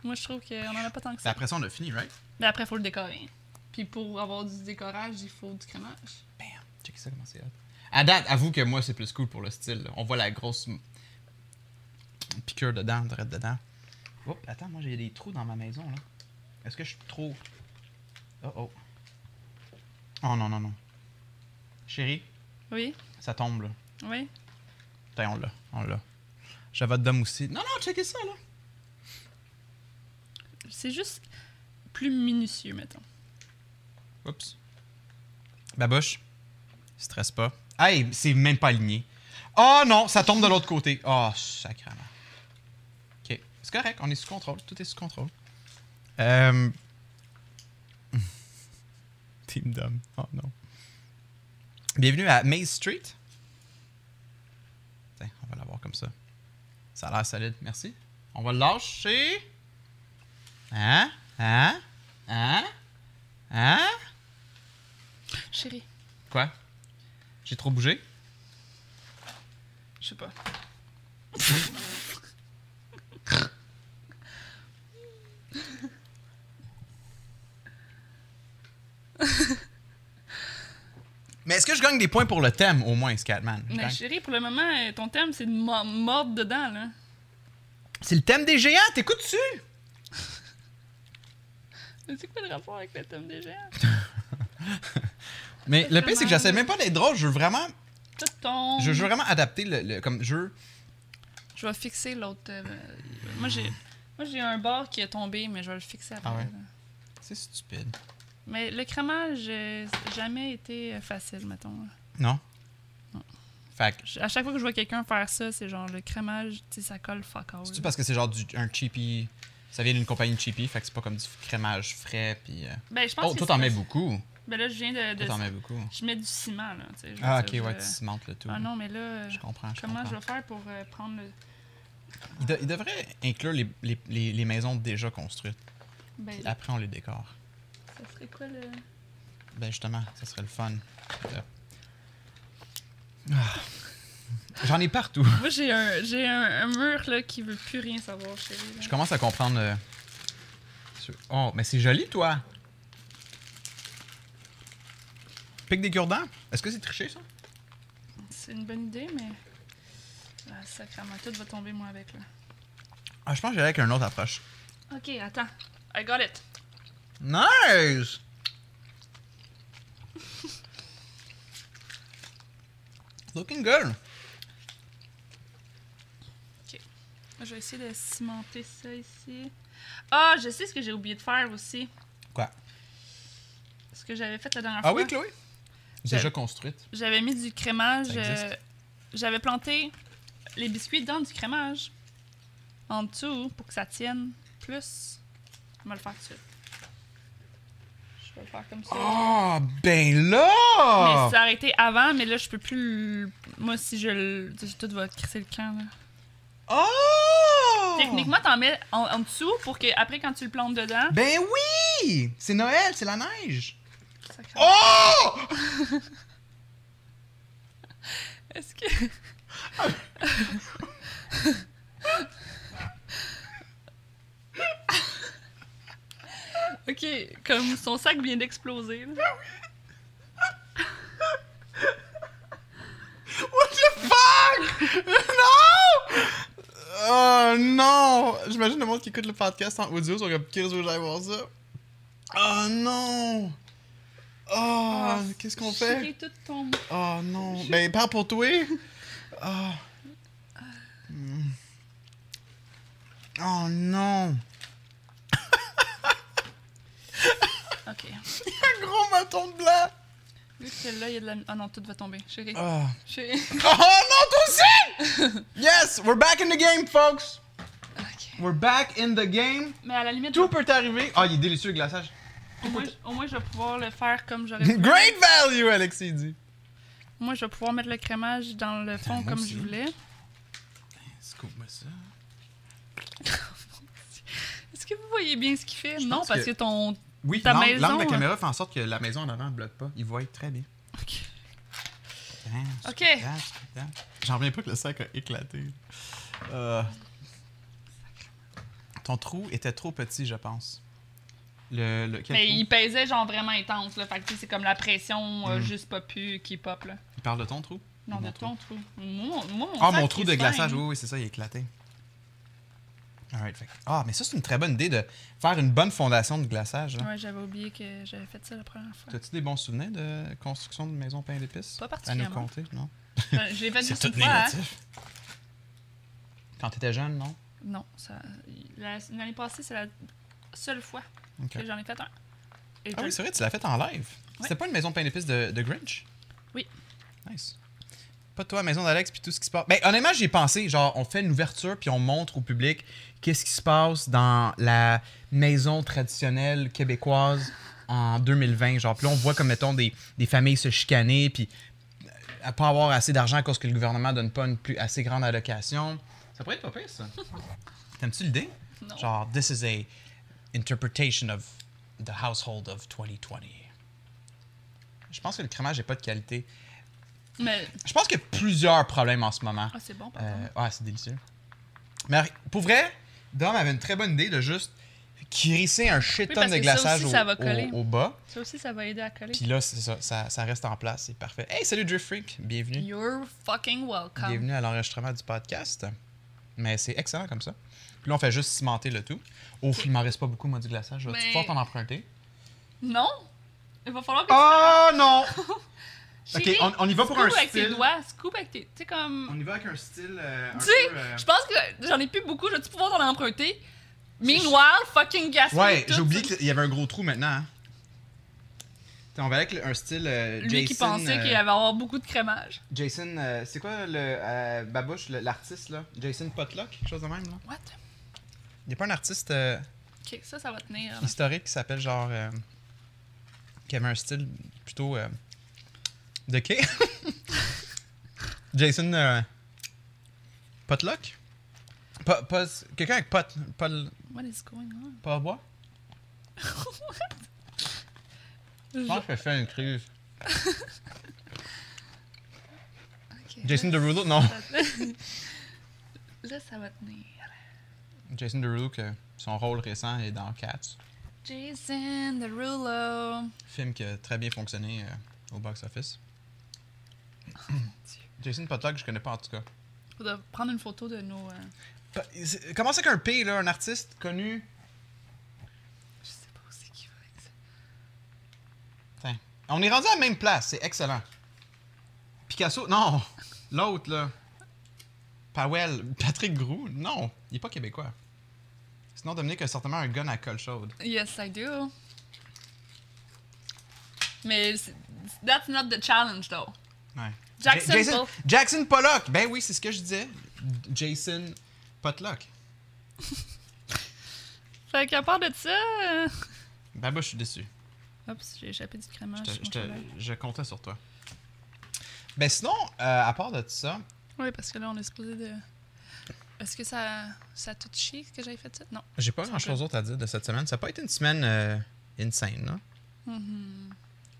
Moi, je trouve qu'on en a pas tant que
Mais
ça.
après ça, on a fini, right?
Mais après, faut le décorer. Puis pour avoir du décorage, il faut du crémage.
Bam! Check ça comment c'est hot. À date, avoue que moi, c'est plus cool pour le style. là. On voit la grosse m- piqûre dedans, direct dedans. Oh, attends, moi, j'ai des trous dans ma maison, là. Est-ce que je suis trop... Oh, oh. Oh, non, non, non. Chérie,
Oui,
ça tombe, là.
oui.
Putain, on l'a, on l'a. Je vote d'homme aussi. Non, non, checkez ça, là.
C'est juste plus minutieux, mettons.
Oups. Babouche, stresse pas. Hey, c'est même pas aligné. Oh non, ça tombe de l'autre côté. Oh, sacrément. Ok, c'est correct, on est sous contrôle. Tout est sous contrôle. Euh... (laughs) Team Dom. Oh non. Bienvenue à Maze Street. Tiens, on va l'avoir comme ça. Ça a l'air solide, merci. On va le lâcher. Hein? Hein? Hein? Hein?
Chérie,
Quoi? J'ai trop bougé?
je sais pas.
Mais est-ce que je gagne des points pour le thème, au moins, Scatman? Je
Mais
gagne.
chérie, pour le moment, euh, ton thème, c'est de mo- mordre dedans, là.
C'est le thème des géants, t'écoutes-tu?
Mais C'est quoi le rapport avec le thème des géants?
Mais le pire, c'est que j'essaie
Vraiment.
même pas d'être drôle. Je veux vraiment,
Tout ton...
je veux vraiment adapter le, le- comme jeu.
Je vais fixer l'autre... euh, Moi, j'ai... Moi, j'ai un bord qui est tombé, mais je vais le fixer après.
Ah ouais.
là.
C'est stupide.
Mais le cramage, euh, ça a jamais été euh, facile, mettons. là.
Non?
Non.
Fait que,
Je- À chaque fois que je vois quelqu'un faire ça, c'est genre le cramage, tu sais, ça colle fuck all.
c'est-tu parce que c'est genre du, un cheapy... Ça vient d'une compagnie cheapy, fait que c'est pas comme du crémage frais, puis... euh,
Ben, je pense
Oh,
que
toi,
c'est
t'en mets
ça.
beaucoup.
Ben là, je viens de. de-
Toi, t'en mets beaucoup.
Je mets du ciment, là. tu sais, je veux
Ah, ok,
dire,
ouais,
je-
tu cimentes le tout.
Ah non, mais là, euh,
Je comprends, je
comment
comprends.
je vais faire pour euh, prendre le.
Il, de- il devrait inclure les, les- les- les maisons déjà construites.
Ben,
Puis après, on les décore.
ça serait quoi le.
Ben justement, ça serait le fun. Euh. Ah. J'en ai partout.
Moi, j'ai un, j'ai un, un mur, là, qui veut plus rien savoir, chérie. là.
Je commence à comprendre. euh, ce- Oh, mais c'est joli, toi. Pique des cure-dents. Est-ce que c'est triché, ça?
C'est une bonne idée, mais. Ah, sacrément, tout va tomber, moi, avec, là.
Ah, je pense que j'allais avec une autre approche.
Ok, attends. I got it.
Nice! (laughs) Looking good.
Ah, Je vais essayer de cimenter ça ici. Ah, je sais ce que j'ai oublié de faire aussi.
Quoi?
Ce que j'avais fait la dernière
Ah
fois.
oui, Chloé? Déjà construite.
J'avais mis du crémage.
Ça existe.
euh, J'avais planté les biscuits dans du crémage. En dessous, pour que ça tienne plus. On va le faire tout de suite. Je vais le faire comme ça.
Ah, ben
Mais
là!
c'est arrêté avant, mais là, je peux plus. le- Moi, si je le. Tout va crisser le camp, là.
Oh!
Techniquement, t'en mets en, en dessous pour que, après, quand tu le plantes dedans.
Ben oui! C'est Noël, c'est la neige!
ça crame.
Oh!
Est-ce que. ok, comme son sac vient d'exploser. là.
What the fuck? (laughs) non! Oh non! J'imagine le monde qui écoute le podcast en audio sont comme qu'est-ce que j'allais voir ça? Oh non! Oh, qu'est-ce qu'on fait?
Chier, Ah, tout tombe.
Oh non! Ben, parle pour toi! Oh. Hmm. Oh non!
Ok.
Un gros menton de blanc!
Vu que celle-là, il y a de la. Ah non, tout va tomber. Chérie.
Oh.
Chérie.
Oh non, toi aussi! yes, we're back in the game, folks!
Ok.
We're back in the game.
Mais à la limite,
Tout peut arriver. Ah, il est délicieux le glaçage.
au, moins, au moins, je vais pouvoir le faire comme j'aurais voulu.
Great value, Alexis dit.
Moi, je vais pouvoir mettre le crémage dans le fond
Ah, moi
comme
aussi.
je voulais.
Scoop-moi ça.
Est-ce que vous voyez bien ce qu'il fait?
Je
non,
pense
parce
que-
que ton.
Oui,
Ta
l'angle
maison,
l'angle de la
hein.
caméra fait en sorte que la maison en avant ne bloque pas. Il voit très bien.
Ok.
Damn,
Ok.
damn, damn. J'en reviens pas que le sac a éclaté. Euh, Ton trou était trop petit, je pense. Le, le- quel
Mais
trou?
il pesait genre vraiment intense, là. Fait que tu sais, c'est comme la pression euh,
Mm.
juste pas pu qui pop, là.
Il parle de ton trou?
Non,
Mon
de
trou.
ton trou. Moi, mon- moi, mon
Ah,
sac,
mon
il
trou
est
de
fin.
glaçage, oui, oui, c'est ça, il est éclaté. Alright, fait que- Ah, mais ça, c'est une très bonne idée de faire une bonne fondation de glaçage. là.
Ouais, j'avais oublié que j'avais fait ça la première fois.
T'as-tu des bons souvenirs de construction de maison pain d'épices? À
Pas
nous
particulièrement.
compter, non?
Enfin, je l'ai Euh, fait juste une fois. hein.
Quand t'étais jeune, non?
hein. Non, ça. la- L'année passée, c'est la seule fois
Ok.
que j'en ai fait un. Et
Ah
je-
oui, c'est vrai, tu l'as faite en live. C'était pas une maison de pain d'épices de, de Grinch?
Oui.
Nice. Pas toi, maison d'Alex, puis tout ce qui se passe. Ben, honnêtement, j'y ai pensé. Genre, on fait une ouverture, puis on montre au public qu'est-ce qui se passe dans la maison traditionnelle québécoise en 2020. Genre, puis là, on voit comme, mettons, des, des familles se chicaner, puis euh, à pas avoir assez d'argent à cause que le gouvernement donne pas une plus assez grande allocation. Ça pourrait être pas pire,
(laughs)
ça. T'aimes-tu l'idée?
Non.
Genre, this is a interpretation of the household of 2020. Je pense que le crémage n'est pas de qualité.
Mais.
Je pense qu'il y a plusieurs problèmes en ce moment.
Ah, c'est bon, par
Euh,
contre.
ouais, c'est délicieux. Mais pour vrai, Dom avait une très bonne idée de juste crisser un shit
Oui,
ton
parce
de
que ça
glaçage
aussi,
au,
ça va
au-
coller.
au bas.
Ça aussi, ça va aider à coller.
Puis là, c'est ça, ça, ça reste en place, c'est parfait. Hey, salut Drift Freak, bienvenue.
You're fucking welcome.
Bienvenue à l'enregistrement du podcast. Mais c'est excellent comme ça. Puis là, on fait juste cimenter le tout. Oh, il m'en reste pas beaucoup, moi, du glaçage. Je vais
Mais-
pouvoir t'en emprunter.
Non? Il va falloir que
Oh non!
tu.
ok,
Chérie,
on, on y va pour un
scoop avec tes
style.
doigts, scoop avec tes. Tu sais, comme.
On y va avec un style. euh, un
Tu sais,
peu, euh,
Je pense que j'en ai plus beaucoup. Je vais-tu pouvoir t'en emprunter? Meanwhile, fucking gaspille.
Ouais,
tout
j'ai oublié
ça.
qu'il y avait un gros trou maintenant. hein. T'sais, On va avec le- un style euh,
Lui
Jason.
qui pensait
euh,
qu'il allait avoir beaucoup de crémage.
Jason, euh, c'est quoi le euh, babouche, le- l'artiste là Jason Potluck, quelque chose de même là.
What?
Il y a pas un artiste euh,
Ok, ça, ça va tenir.
historique qui s'appelle genre euh, qui avait un style plutôt euh, de quai. (laughs) Jason euh, Potluck. Pas, pas- quelqu'un avec pot, pas
What is going on?
pas à bois. Je pense que je fais une crise.
Ok,
Jason
là,
Derulo, non.
Là, ça va tenir.
Jason Derulo, que son rôle récent est dans Cats,
Jason Derulo.
film qui a très bien fonctionné euh, au box-office. Oh Jason Potluck, je connais pas en tout cas.
On doit prendre une photo de nos. euh,
Pa- c'est- Comment c'est qu'un P, là, un artiste connu
je sais pas où c'est qui va être.
Tiens. On est rendu à la même place, c'est excellent. Picasso, non L'autre, là. Powell, Patrick Groux, non, il est pas québécois. Sinon, Dominique a certainement un gun à colle chaude.
Yes, I do. Mais c'est- that's not the challenge, though.
Ouais.
Jackson
Ja- Jason,
Pollock.
Jackson Pollock. Ben oui, c'est ce que je disais. Jason Potluck.
Fait qu'à part de ça. euh,
Ben bah, je suis déçu.
Oups, j'ai échappé du
Je,
crémage.
te-
sur mon
je te-
chandail.
je comptais sur toi. Ben sinon, euh, à part de ça,
Oui, parce que là, on est supposé de. Est-ce que ça, ça a tout chié que j'avais fait ça? Non.
j'ai pas
Ça
grand chose d'autre à dire de cette semaine. Ça n'a pas été une semaine euh, insane, non?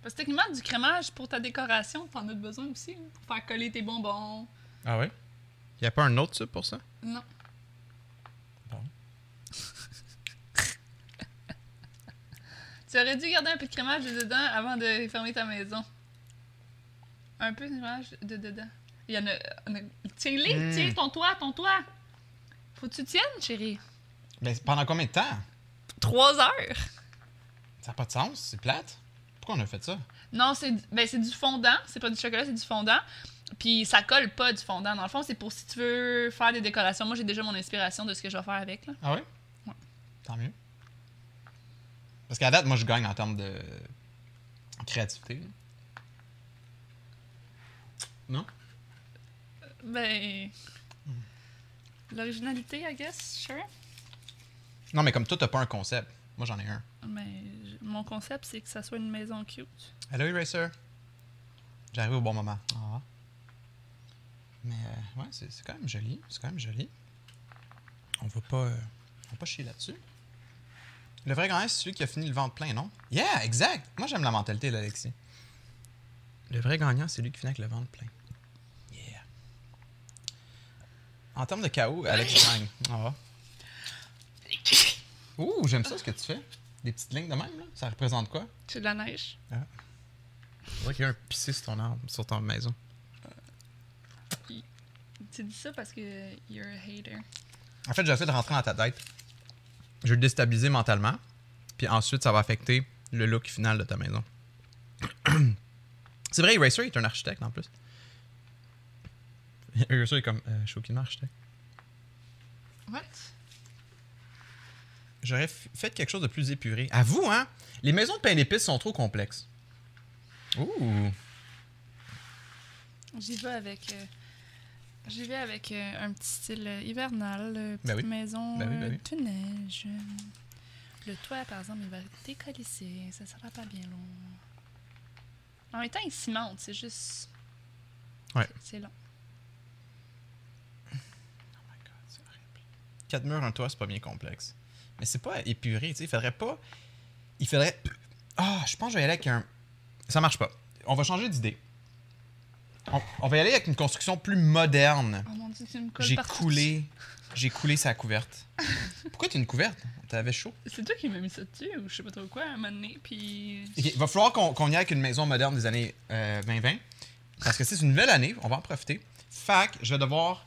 Parce que techniquement, du crémage pour ta décoration, t'en as besoin aussi. hein, Pour faire coller tes bonbons.
Ah ouais? Y a pas un autre ça pour ça?
Non.
Bon.
(laughs) tu aurais dû garder un peu de crémage de dedans avant de fermer ta maison. Un peu de crémage de dedans. Il y en a. on a- Tiens-les,
Mm.
tiens ton toit, ton toit. Faut que tu tiennes, chérie.
Ben pendant combien de temps?
Trois heures.
Ça n'a pas de sens, c'est plate. Pourquoi on a fait ça?
Non, c'est ben, c'est du fondant. C'est pas du chocolat, c'est du fondant. Puis ça colle pas du fondant. Dans le fond, c'est pour si tu veux faire des décorations. Moi, j'ai déjà mon inspiration de ce que je vais faire avec. Là.
Ah ouais?
Ouais.
Tant mieux. Parce qu'à date, moi je gagne en termes de créativité. là. Non?
Ben. Hmm. L'originalité, I guess, sure.
Non, mais comme toi, t'as pas un concept. Moi, j'en ai un.
Mais j- mon concept, c'est que ça soit une maison cute.
Hello, Eraser. J'arrive au bon moment. Au revoir. Mais euh, ouais, c'est c'est quand même joli. C'est quand même joli. On va pas, euh, on va pas chier là-dessus. Le vrai grand S, c'est celui qui a fini le ventre plein, non? Yeah, exact! Moi, j'aime la mentalité d'Alexis. Le vrai gagnant, c'est lui qui finit avec le ventre plein. Yeah. En termes de chaos, Alex gagne. Au revoir. Ouh, j'aime ça ce que tu fais. Des petites lignes de même, là. Ça représente quoi?
C'est de la neige.
C'est vrai qu'il y a un pissé sur ton arbre, sur ta maison.
Tu dis ça parce que you're a hater.
En fait, j'essaie de rentrer dans ta tête. Je vais le déstabiliser mentalement. Puis ensuite, ça va affecter le look final de ta maison. (clears throat) C'est vrai, Eraser est un architecte en plus. (laughs) Eraser est comme. Euh, je suis aucunement architecte.
What?
J'aurais f- fait quelque chose de plus épuré. À vous, hein? Les maisons de pain d'épices sont trop complexes. Ouh!
J'y vais avec. euh, J'y vais avec euh, un petit style euh, hivernal, euh, petite
Ben oui.
maison
Ben oui, ben
euh,
oui.
de neige. Le toit, par exemple, il va être décollissé. Ça sera pas bien long. En même temps, il cimente, c'est juste.
Ouais.
c'est- C'est long.
Oh my God, c'est horrible. Quatre murs, un toit, c'est pas bien complexe. Mais c'est pas épuré, tu sais. Il faudrait pas. Il faudrait. Ah, je pense que je vais y aller avec un. Ça marche pas. On va changer d'idée. On, on va y aller avec une construction plus moderne.
Oh mon dieu, tu me colles
J'ai
partout
coulé. J'ai coulé sa couverte. Pourquoi t'as une couverte T'avais chaud.
C'est toi qui m'as mis ça dessus, ou je sais pas trop quoi, à un moment donné, puis...
Ok, Il va falloir qu'on qu'on y aille avec une maison moderne des années euh, 2020. Parce que c'est une nouvelle année, on va en profiter. Fac, je vais devoir.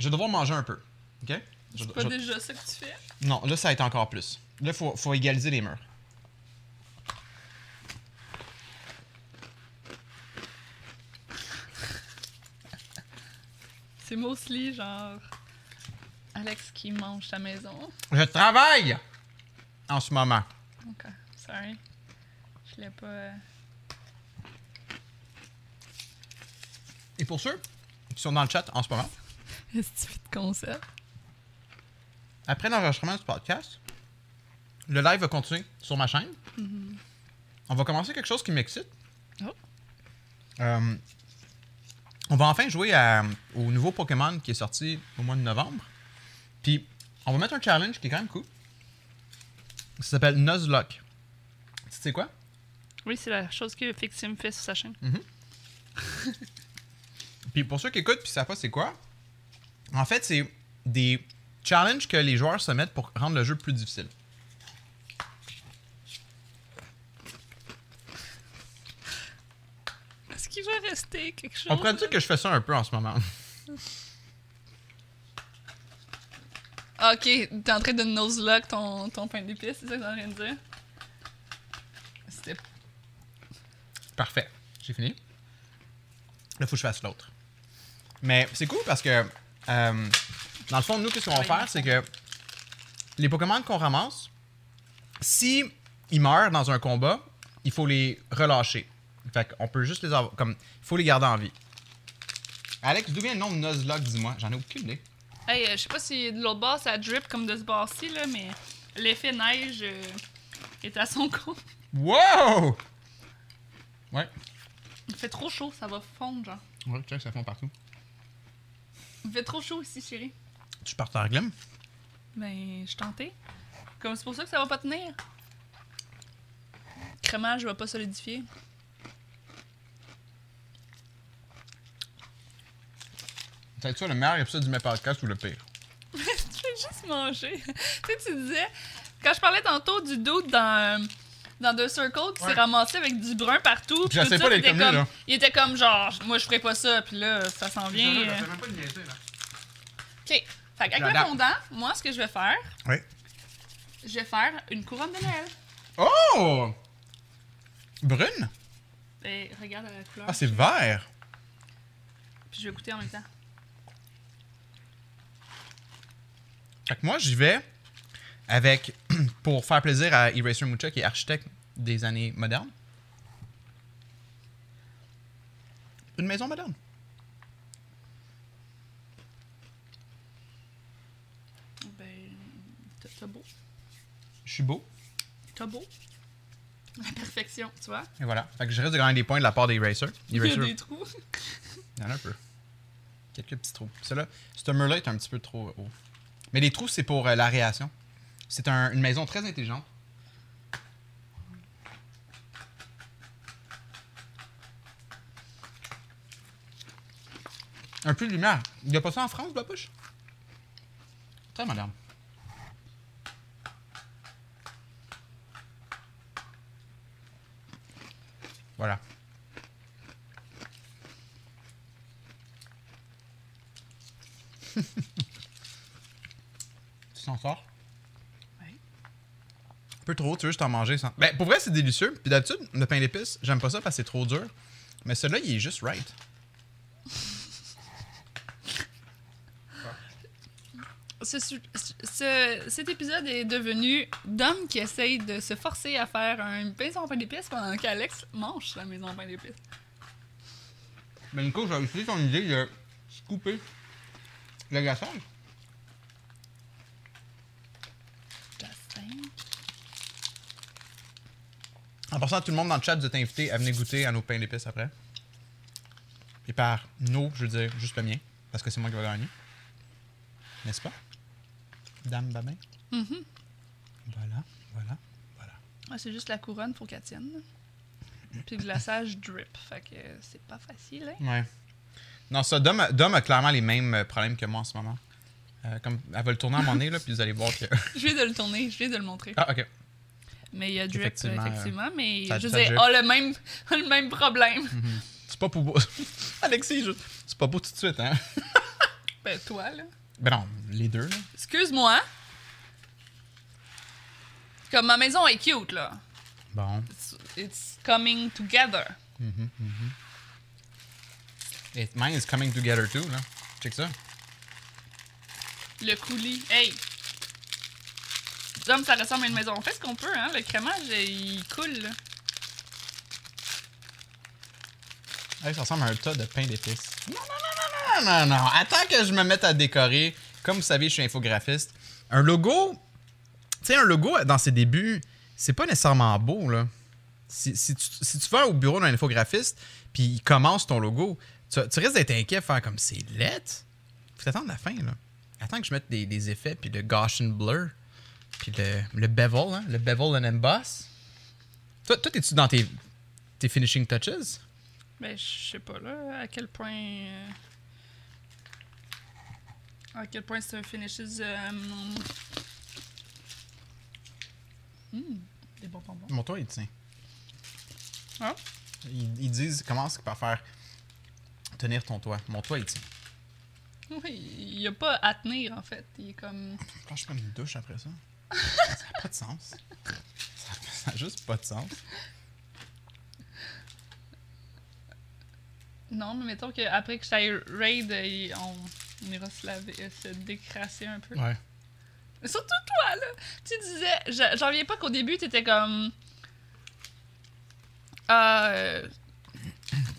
Je vais devoir manger un peu. OK? Je-
C'est pas
je-
déjà ça que tu fais?
Non, là, ça a été encore plus. Là, faut, faut égaliser les murs.
C'est mostly, genre... Alex qui mange ta maison.
Je travaille en ce moment.
Ok, euh, sorry. Je l'ai pas. euh,
Et pour ceux qui sont dans le chat en ce moment,
(laughs) Stupide concept.
après l'enregistrement du podcast, le live va continuer sur ma chaîne. On va commencer quelque chose qui m'excite.
Oh.
Euh, on va enfin jouer à- au nouveau Pokémon qui est sorti au mois de novembre. Puis, on va mettre un challenge qui est quand même cool. Ça s'appelle Nuzlocke. Tu sais quoi?
Oui, c'est la chose que Fixim fait sur sa chaîne.
Puis pour ceux qui écoutent puis savent pas c'est quoi, en fait, c'est des challenges que les joueurs se mettent pour rendre le jeu plus difficile.
Est-ce qu'il va rester quelque chose?
On pourrait dire que je fais ça un peu en ce moment. (laughs)
Ah, Ok, t'es en train de nose-lock ton, ton pain d'épices, c'est ça que t'es en train de dire? C'était.
Parfait. J'ai fini. Là, faut que je fasse l'autre. Mais c'est cool parce que, euh, dans le fond, nous, qu'est-ce qu'on va faire, c'est que les Pokémon qu'on ramasse, si ils meurent dans un combat, il faut les relâcher. Fait qu'on peut juste les avoir. Comme, il faut les garder en vie. Alex, d'où vient le nom de Nuzlocke, dis-moi J'en ai aucune idée.
Hey, euh, je sais pas si de l'autre bord ça drip comme de ce bord-ci, là, mais l'effet neige euh, est à son (laughs) compte.
Wow Ouais.
Il fait trop chaud, ça va fondre, genre.
Ouais, check, ça fond partout.
Il fait trop chaud ici, chérie.
Tu pars en glim
Ben, je tentais. Comme c'est pour ça que ça va pas tenir. Le crémage va pas solidifier.
C'est ça le meilleur épisode du mes podcast ou le pire
tu (laughs) veux juste manger. (laughs) tu sais, tu disais, quand je parlais tantôt du doute dans, euh, dans The Circle qui
Ouais.
s'est ramassé avec du brun partout. puis
Je
tout
sais
ça,
pas les
il était
communes,
comme,
là.
Il était comme genre, moi je ferais pas ça, puis là, ça s'en vient. euh.
même pas là.
Ok. Fait qu'avec le
J'adapte.
fondant, moi ce que je vais faire,
Oui.
je vais faire une couronne de Noël.
Oh! Brune?
Et Ben, regarde la couleur.
Ah, c'est vert.
Puis je vais goûter en même temps.
Fait que moi, j'y vais avec, (clears throat) pour faire plaisir à Eraser Mucha, qui est architecte des années modernes. Une maison moderne.
Ben, t'as- t'as beau.
Je suis beau.
T'as beau. La perfection, tu vois.
Et voilà. Fait que je risque de gagner des points de la part des Eraser.
(laughs) Il y a
Eraser,
des trous.
il y en a un peu. Quelques petits trous. Celui-là, ce mur-là est un petit peu trop haut. Mais les trous, c'est pour euh, l'aération. C'est un- une maison très intelligente. Un peu de lumière. Il n'y a pas ça en France, la poche? Très moderne. Voilà. Tu s'en sors?
Oui.
Un peu trop, tu veux juste en manger sans. Ben, pour vrai, c'est délicieux. Puis d'habitude, le pain d'épices, j'aime pas ça parce que c'est trop dur. Mais celui-là, il est juste right.
Ce su- ce- cet épisode est devenu d'hommes qui essayent de se forcer à faire une maison en pain d'épices pendant qu'Alex mange la maison en pain d'épices.
Mais Ben, Nico, j'ai utilisé ton idée de couper le glaçage.
Justin.
En passant, tout le monde dans le chat, vous êtes invités à venir goûter à nos pains d'épices après. Puis par nos, je veux dire juste le mien, parce que c'est moi qui vais gagner. N'est-ce pas? Dame Babin? Voilà, voilà, voilà.
Ah, c'est juste la couronne pour qu'elle tienne. Puis le glaçage drip. Fait que euh, c'est pas facile, hein?
Ouais. Non, ça, Dom, a- Dom a clairement les mêmes euh, problèmes que moi en ce moment. Euh, comme, elle va le tourner à mon nez, là, puis vous allez voir que. (laughs)
Je vais de le tourner, je vais de le montrer.
Ah, ok.
Mais il y a drip,
Effectivement,
effectivement,
euh,
mais
ça-
je
ça
veux dire,
drip. Mm.
a le même, (laughs) a le même problème.
C'est pas pour beau. (laughs) Alexis, je- c'est pas beau tout de suite, hein?
Ben, toi, là.
Ben non, les deux, là.
Excuse-moi. Comme ma maison est cute, là.
Bon.
It's, it's coming together.
Et mine is coming together too, là. Check ça.
Le coulis. Hey! Dom, ça ressemble à une maison. On fait ce qu'on peut, hein? Le crémage, il coule, là.
Hey, ça ressemble à un tas de pain d'épices. Non, non, non, non, non, non, non. Attends que je me mette à décorer. Comme vous savez, je suis infographiste. Un logo, tu sais, un logo euh, dans ses débuts, c'est pas nécessairement beau, là. Si, si tu, si tu vas au bureau d'un infographiste, puis il commence ton logo, tu, tu risques d'être inquiet, faire comme c'est lettre. Faut attendre la fin, là. Attends que je mette des, des effets, puis le Gaussian Blur, puis le, le bevel, hein, le bevel and emboss. Toi, toi es-tu dans tes, tes finishing touches?
Ben, je sais pas, là, à quel point... euh, À quel point c'est un finishes... euh, hmm, des bons bonbons.
Mon toit, il tient.
Ah,
Ils, ils disent, commence par faire tenir ton toit. Mon toit, il tient.
oui, il y a pas à tenir, en fait. Il est comme...
Quand je prends une douche après ça, ça n'a pas de sens. Ça- Ça n'a juste pas de sens.
Non, mais mettons qu'après que je t'aille raid, euh, il- on... on ira se laver, euh, se décrasser un peu.
Ouais.
Mais Surtout toi, là. Tu disais, je- j'en reviens pas qu'au début, t'étais comme. Ah, euh,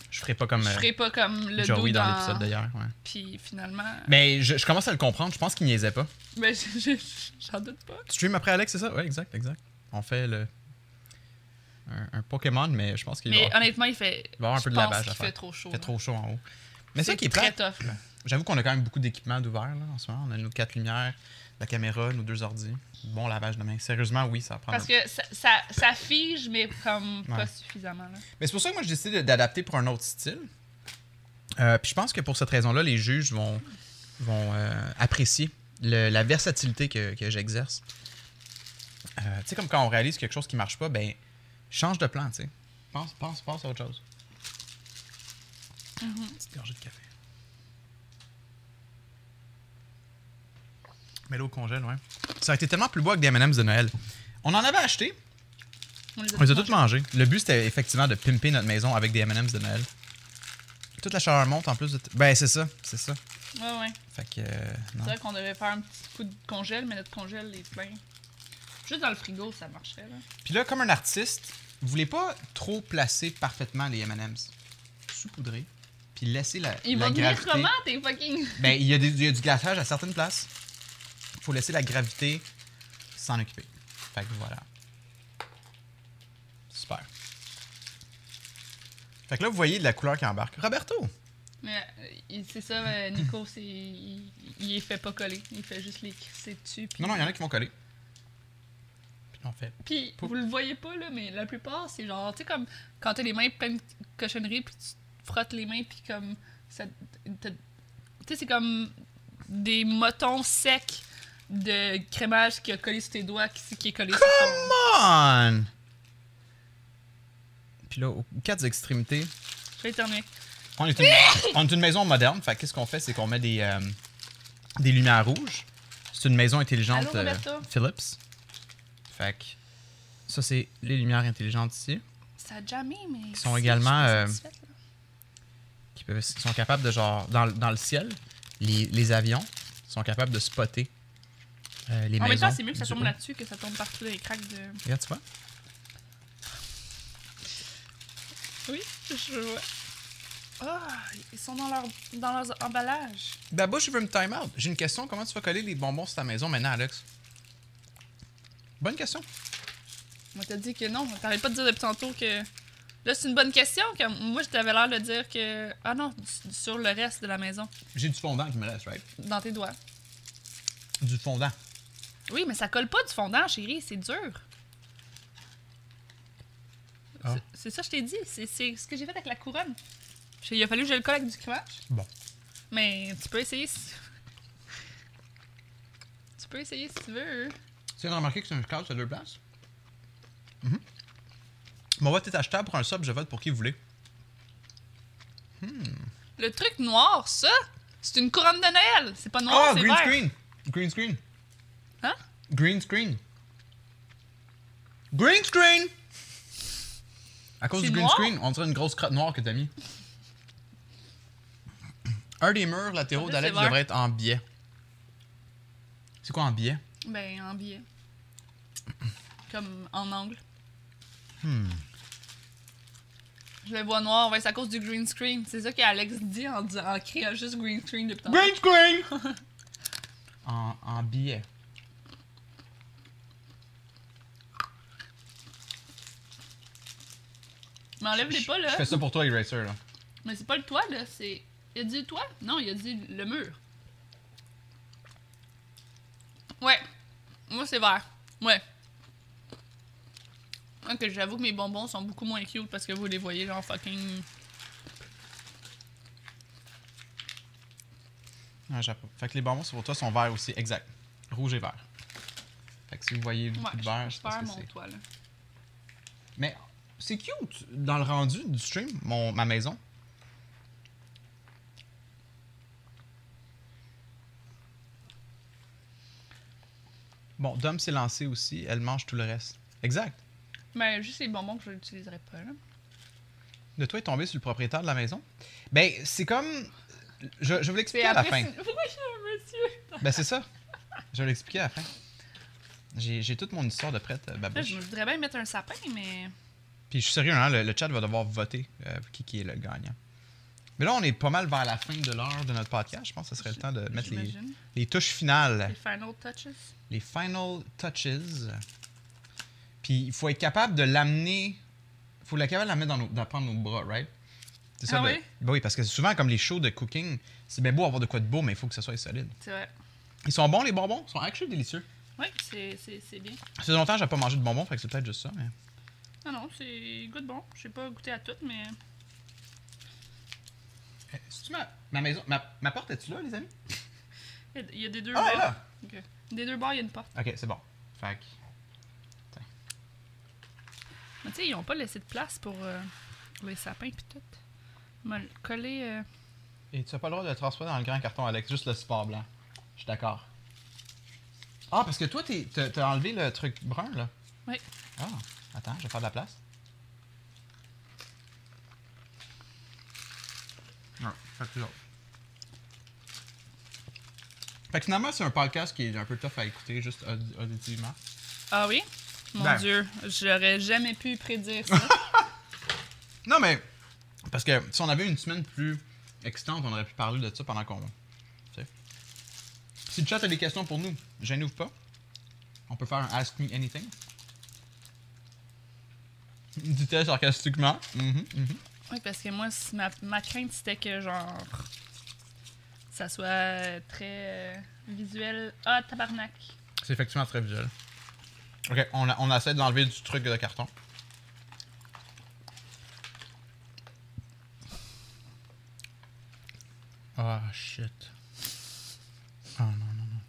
Je ferai pas comme
je
euh,
ferai pas comme le
Joey
dos
dans
dans- Euh.
l'épisode d'ailleurs. ouais.
Puis finalement.
Mais je, je commence à le comprendre. Je pense qu'il niaisait pas.
Ben, (laughs) je- je- j'en doute pas.
Stream après Alex, c'est ça? Ouais, exact, exact. On fait le. Un, un Pokémon, mais je pense qu'il va
Mais
avoir-
honnêtement, il fait.
il va avoir un
je
peu de
pense
lavage à
qu'il
faire.
fait trop chaud.
fait
là.
trop chaud en haut. Mais ça qui est
très
prêt.
tough. là.
J'avoue qu'on a quand même beaucoup d'équipements d'ouvert là, en ce moment. On a nos quatre lumières, la caméra, nos deux ordi. Bon lavage de main. Sérieusement, oui, ça prend.
Parce que ça, ça, ça fige, mais comme
Ouais.
pas suffisamment. Là.
Mais c'est pour ça que moi, j'ai décidé d'adapter pour un autre style. Euh, puis je pense que pour cette raison-là, les juges vont, vont euh, apprécier le- la versatilité que, que j'exerce. Euh, tu sais, comme quand on réalise quelque chose qui marche pas, ben, change de plan, tu sais. Pense, pense, pense à autre chose. Petite gorgée de café. Mais l'eau congèle, ouais. Ça a été tellement plus beau avec des M&M's de Noël. On en avait acheté, on les a toutes mangés. Le but, c'était effectivement de pimper notre maison avec des M&M's de Noël. Toute la chaleur monte en plus de... t- Ben, c'est ça, c'est ça.
Ouais, ouais.
Fait que... euh, non.
C'est vrai qu'on devait faire un petit coup de congèle, mais notre congèle est plein. Juste dans le frigo, ça marchait. Là.
Puis là, comme un artiste, vous voulez pas trop placer parfaitement les M&M's. Saupoudrer. Puis laisser la,
Ils
la
vont venir
gravité...
comment, tes fucking.
Ben, il y, a des- il y a du glaçage à certaines places. Faut laisser la gravité s'en occuper. Fait que voilà. Super. Fait que là, vous voyez de la couleur qui embarque. Roberto!
Mais euh, il- c'est ça, euh, Nico, c'est, il, il les fait pas coller. Il fait juste les crisser dessus. Puis,
Non, non, il y en a qui vont coller. Puis on fait.
Puis
Pou-
vous le voyez pas, là, mais la plupart, c'est genre, tu sais, comme quand t'as les mains pleines de cochonneries, puis tu te frottes les mains, puis comme. ça te- Tu sais, c'est comme des motons secs de crémage qui a collé sur tes doigts, qui, qui est collé sur ton...
Come on! Puis là, aux quatre extrémités,
Je vais éternuer.
on
(coughs)
est une, on est une maison moderne. Fait que qu'est-ce qu'on fait, c'est qu'on met des, euh, des lumières rouges. C'est une maison intelligente
Allô, Roberto?
Philips. Fait que ça, c'est les lumières intelligentes ici.
Ça a jamais, mais. Ils
sont également, euh, Qui peuvent, qui sont capables de, genre, dans, le- dans le ciel, les, les avions sont capables de spotter euh, les
En même
maisons.
temps, c'est mieux que ça
du
tombe
haut.
là-dessus que ça tombe partout dans les cracks de.
Regarde, tu vois?
Oui, je vois. Ah, ils sont dans, leur, dans leurs emballages.
D'abord, je veux me time out. J'ai une question. Comment tu vas coller les bonbons sur ta maison maintenant, Alex? Bonne question.
Moi, t'as dit que non. T'arrêtes pas de dire depuis tantôt que. Là, c'est une bonne question. Que moi, je t'avais l'air de dire que. Ah non, du- sur le reste de la maison,
J'ai du fondant qui me laisse, right?
dans tes doigts.
Du fondant.
Oui, mais ça colle pas du fondant, chérie. C'est dur.
Ah.
C'est- C'est ça, que je t'ai dit. C'est c'est ce que j'ai fait avec la couronne. J'ai- Il a fallu que je le colle avec du crémage.
Bon.
Mais tu peux essayer si... tu peux essayer si tu veux.
Tu viens de remarquer que c'est un cadre à deux places? Mhm. Mon vote est achetable pour un sub. Je vote pour qui vous voulez.
Le truc noir, ça, c'est une couronne de Noël. C'est pas noir,
Oh,
c'est
green
vert.
screen! Green screen.
Hein?
Green screen. Green screen! À cause
C'est
du green
noir?
screen, on dirait une grosse crotte noire que t'as mis. (clears throat) Un des murs latéraux
Là,
d'Alex
c'est vert.
devrait être en biais. C'est quoi en
(laughs)
billet?
Ben, en billet. Comme en angle.
Hmm.
Je le vois noir, ouais, c'est à cause du green screen. C'est ça qu'Alex dit en, disant- en criant juste green screen depuis tantôt.
Green
(laughs)
screen! en, en billet.
Mais enlève-les pas, là.
Je fais ça pour toi, Eraser, là.
Mais c'est pas le toit, là. C'est. Il a dit le toit? Non, il a dit le mur. Ouais. Moi, c'est vert. Ouais. Ok, j'avoue que mes bonbons sont beaucoup moins cute parce que vous les voyez, genre fucking.
Ah, j'approuve. Fait que les bonbons c'est pour toi sont verts aussi, exact. Rouge et vert. Fait que si vous voyez le
Ouais,
petit
je-
vert,
je
c'est parce
perds
que
mon
c'est.
toit, là.
Mais c'est cute dans le rendu du stream, mon, ma maison. Bon, Dom s'est lancé aussi, elle mange tout le reste. Exact.
Mais juste les bonbons que je n'utiliserai pas, là.
De toi est tombé sur le propriétaire de la maison. Ben, c'est comme. Je, je vais
C'est
l'expliquer à la
après.
fin.
c'est- Pourquoi je suis un monsieur?
Ben, c'est ça. Je vais l'expliquer à la fin. J'ai j'ai toute mon histoire de prête, euh,
Là,
babouche.
je voudrais bien mettre un sapin, mais.
Puis je suis sérieux, hein, le, le chat va devoir voter euh, pour qui, qui est le gagnant. Mais là, on est pas mal vers la fin de l'heure de notre podcast. Je pense que ce serait le temps de mettre les, Ah.
J'imagine.
les touches finales,
Les final touches.
les final touches. Puis il faut être capable de l'amener. Il faut être capable de la mettre dans, nos, de la prendre nos bras, right? C'est
Ah
le-
oui?
Ben oui, parce que souvent, comme les shows de cooking, c'est bien beau avoir de quoi de beau, mais il faut que ça soit solide.
C'est vrai.
Ils sont bons, les bonbons? Ils sont actually délicieux.
Oui, c'est- c'est c'est bien. Ah
Ça fait longtemps que j'ai pas mangé de bonbons, fait que c'est peut-être juste ça, mais...
Non, non, c'est il goûte bon. Je pas goûté à tout, mais.
Eh, c'est-tu ma, ma maison... Ma, ma porte, est tu là, les amis?
Il y a- il y a des deux
Ah, elle est
bords.
là!
Ok. Des deux bords, il y a une porte.
Ok, c'est bon. Fait que-
Mais tu sais, ils ont pas laissé de place pour euh, les sapins pis tout. Ils m'ont collé. euh,
Et tu n'as pas le droit de le transporter dans le grand carton, Alex, juste le support blanc. Je suis d'accord. Ah, parce que toi, t'es- t'as t'as enlevé le truc brun, là.
Oui.
Ah, attends, je vais faire de la place. Ah, fait que c'est l'autre. Fait que finalement, c'est un podcast qui est un peu tough à écouter, juste audi- auditivement.
Ah oui? Mon
Ben.
Dieu, j'aurais jamais pu
(laughs)
prédire ça.
Non, mais. Parce que si on avait une semaine plus excitante, on aurait pu parler de ça pendant qu'on. tu sais. Si le chat a des questions pour nous, gênez-vous pas. On peut faire un Ask Me Anything. Dit-elle sarcastiquement. Mhm, mhm.
oui, parce que moi, c- ma, ma crainte, c'était que genre. Ça soit euh, très euh, visuel. Ah, tabarnak!
C'est effectivement très visuel. Ok, on, a- on essaie de l'enlever du truc de carton. Ah, shit. Oh non, non, non.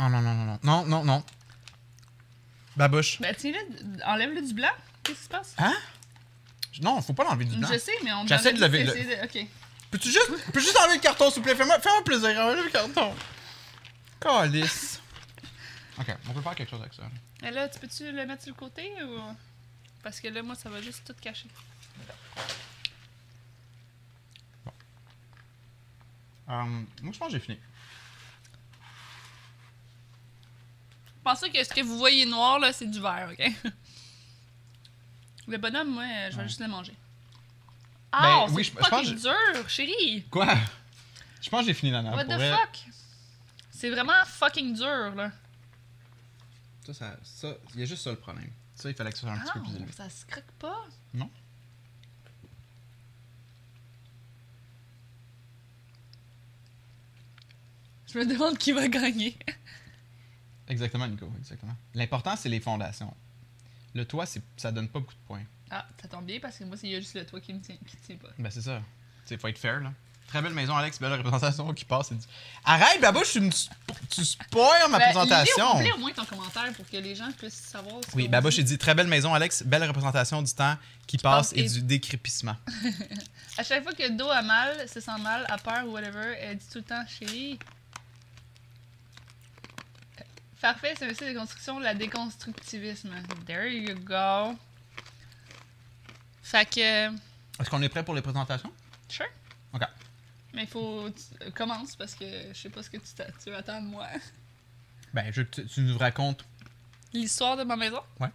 Oh non, non, non, non. Non, non, non. Babouche.
Ben tiens, là, enlève-le du blanc. Qu'est-ce qui se passe?
Hein? Non, faut pas l'enlever du blanc.
Je sais, mais on
J'essaie de
demandait-
lever le-
c'est- c'est- Ok.
Peux-tu juste, peux juste enlever le carton, s'il vous plaît? Fais-moi fais-moi plaisir, enlève le carton. Calice. Ok, on peut faire quelque chose avec ça.
Et Eh, là, tu peux-tu le mettre sur le côté ou. Parce que là, moi, ça va juste tout cacher.
Euh, moi, je pense que j'ai fini.
Pensez que ce que vous voyez noir, là, c'est du vert, ok? Le bonhomme, moi, euh, je vais
Ouais.
juste le manger.
Ben,
Ah,
oui, je-
c'est
je pense
fucking dur, chérie!
Quoi? Je pense que j'ai fini la nappe.
What
pour
the
vrai.
fuck? C'est vraiment fucking dur, là.
Ça, ça, ça, il y a juste ça le problème. Ça, il fallait que ce soit un petit
Ah,
peu plus élevé.
ça se craque pas.
Non?
Je me demande qui va gagner.
Exactement, Nico, exactement. L'important, c'est les fondations. Le toit, c'est, ça donne pas beaucoup de points.
Ah, ça tombe bien parce que moi, c'est il y a juste le toit qui me tient, qui tient pas.
Ben, c'est ça. Il faut être fair, là. Très belle maison, Alex. Belle représentation qui passe. c'est du- Arrête, babouche, tu, me spo- tu spoil ma
Ben,
présentation.
lis au- Lis au moins ton commentaire pour que les gens puissent savoir. ce
Oui,
qu'on
Babouche,
dit.
il dit très belle maison, Alex. Belle représentation du temps qui passe
passe
et
et-
du décrépissement.
À chaque fois que Do a mal, se sent mal, a peur ou whatever, elle dit tout le temps chérie. Parfait, c'est un style de construction, la déconstructivisme. There you go. Fait que.
Est-ce qu'on est prêt pour les présentations?
Sure.
OK.
Mais faut. tu- euh, Commence parce que je sais pas ce que tu, t'a- tu attends de moi.
Ben, je- tu, tu nous racontes.
L'histoire de ma maison?
Ouais.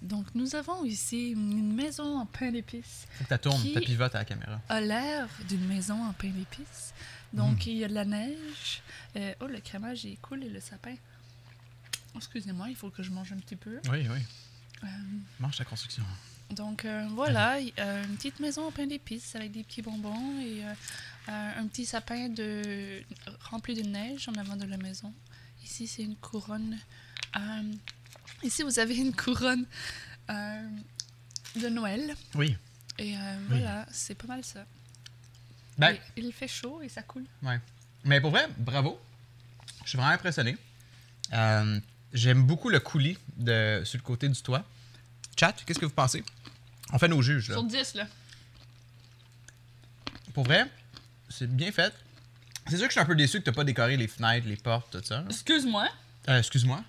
Donc, nous avons ici une maison en pain d'épices
Faut que tu tournes,
Qui-
tu pivotes à la caméra.
à l'air d'une maison en pain d'épices.
Hmm.
Donc, il y a de la neige. Euh, oh, le crémage est cool et le sapin. Excusez-moi, il faut que je mange un petit peu.
Oui, oui.
Euh,
Mange ta construction.
donc, euh, voilà, y- euh, une petite maison en pain d'épices avec des petits bonbons et euh, euh, un petit sapin de... rempli de neige en avant de la maison. Ici, c'est une couronne. euh, ici, vous avez une couronne euh, de Noël.
Oui.
Et euh, voilà, c'est pas mal ça.
Ben,
Et il fait chaud et ça coule.
Ouais. Mais pour vrai, bravo. Je suis vraiment impressionné. Euh, J'aime beaucoup le coulis de, sur le côté du toit. Chat, qu'est-ce que vous pensez? On fait nos juges, là.
Sur 10, là.
Pour vrai, c'est bien fait. C'est sûr que je suis un peu déçu que t'as pas décoré les fenêtres, les portes, tout ça. là.
Excuse-moi.
Euh, Excuse-moi.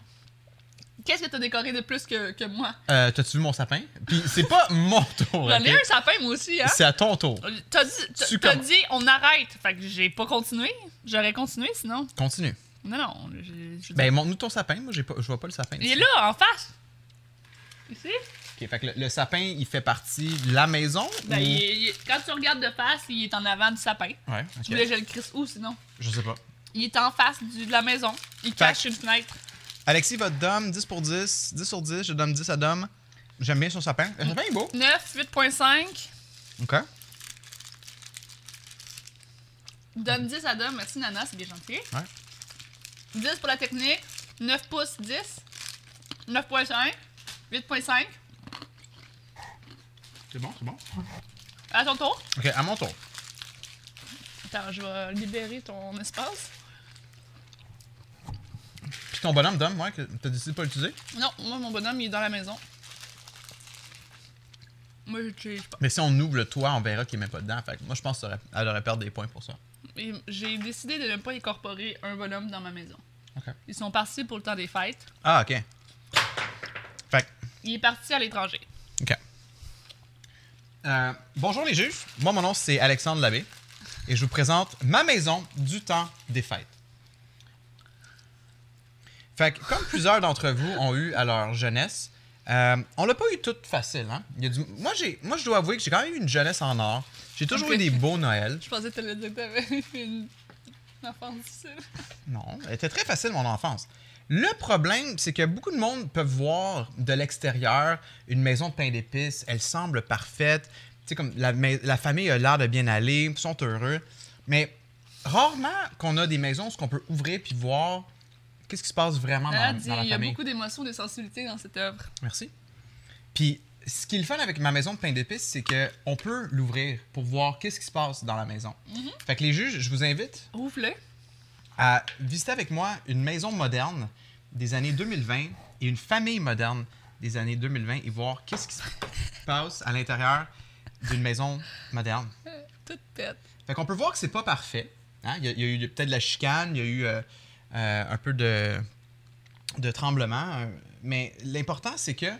Qu'est-ce que t'as décoré de plus que, que moi?
Euh, T'as-tu vu mon sapin? Puis c'est pas mon tour,
(laughs) J'en ai
ok?
un sapin, moi aussi, hein?
C'est à ton tour.
T'as dit, t'as-
Tu
t'as
commences.
dit, on arrête. Fait que j'ai pas continué. J'aurais continué sinon.
Continue.
Non, non. je- je-
Ben, montre-nous ton sapin. Moi, j'ai pas- je vois pas le sapin.
il est là, en face. Ici?
Ok, fait que le, le sapin, il fait partie de la maison?
Ben,
ou-
il est- il est- quand tu regardes de face, il est en avant du sapin.
Ouais, ok.
Tu voulais que je le crisse où sinon?
Je sais pas.
Il est en face du- de la maison. Il cache une fenêtre.
Alexis va Dom, 10 pour 10, 10 sur 10, je donne 10 à Dom. J'aime bien son sapin. Le sapin est beau.
9, 8.5.
OK.
Donne 10 à Dom. Merci Nana, c'est bien gentil.
Ouais.
10 pour la technique. 9 pouces, 10. 9.5. 8.5.
C'est bon, c'est bon.
À ton tour.
OK, à mon tour.
Attends, je vais libérer ton espace.
Puis ton bonhomme, Dom, ouais, que t'as décidé de pas l'utiliser.
Non, moi, mon bonhomme, il est dans la maison. Moi, je l'utilise pas.
Mais si on ouvre le toit, on verra qu'il met pas dedans. Fait que moi, je pense qu'elle aurait, elle aurait perdre des points pour ça.
Et J'ai décidé de ne pas incorporer un bonhomme dans ma maison.
OK.
Ils sont partis pour le temps des fêtes.
Ah, OK. Fait que
Il est parti à l'étranger.
OK. Euh, bonjour les juges. Moi, mon nom, c'est Alexandre Labbé. Et je vous présente ma maison du temps des fêtes. Fait que, comme plusieurs d'entre vous ont eu à leur jeunesse, euh, on l'a pas eu toute facile. Hein? Il y a du- Moi, j'ai... Moi, je dois avouer que j'ai quand même eu une jeunesse en or. J'ai toujours eu des beaux Noëls.
Je pensais que t'allais dire que t'avais (laughs) une une enfance difficile.
Non, elle était très facile, mon enfance. Le problème, c'est que beaucoup de monde peut voir de l'extérieur une maison de pain d'épices, elle semble parfaite, tu sais, comme la, mais- la famille a l'air de bien aller, ils sont heureux, mais rarement qu'on a des maisons où on peut ouvrir puis voir qu'est-ce qui se passe vraiment Ah, dans,
Nana
dans
dit,
la
Ah, il y a
famille.
beaucoup d'émotions, de sensibilité dans cette œuvre.
Merci. Puis, ce qui est le fun avec ma maison de pain d'épices, c'est que on peut l'ouvrir pour voir qu'est-ce qui se passe dans la maison.
Mm-hmm.
Fait que les juges, je vous invite
Ouvre-le.
à visiter avec moi une maison moderne des années 2020 et une famille moderne des années 2020 et voir qu'est-ce qui se passe à l'intérieur d'une maison moderne.
Toute tête.
Fait qu'on peut voir que c'est pas parfait. hein. Il, y a, il y a eu peut-être de la chicane, il y a eu euh, euh, un peu de, de tremblement, euh, mais l'important c'est que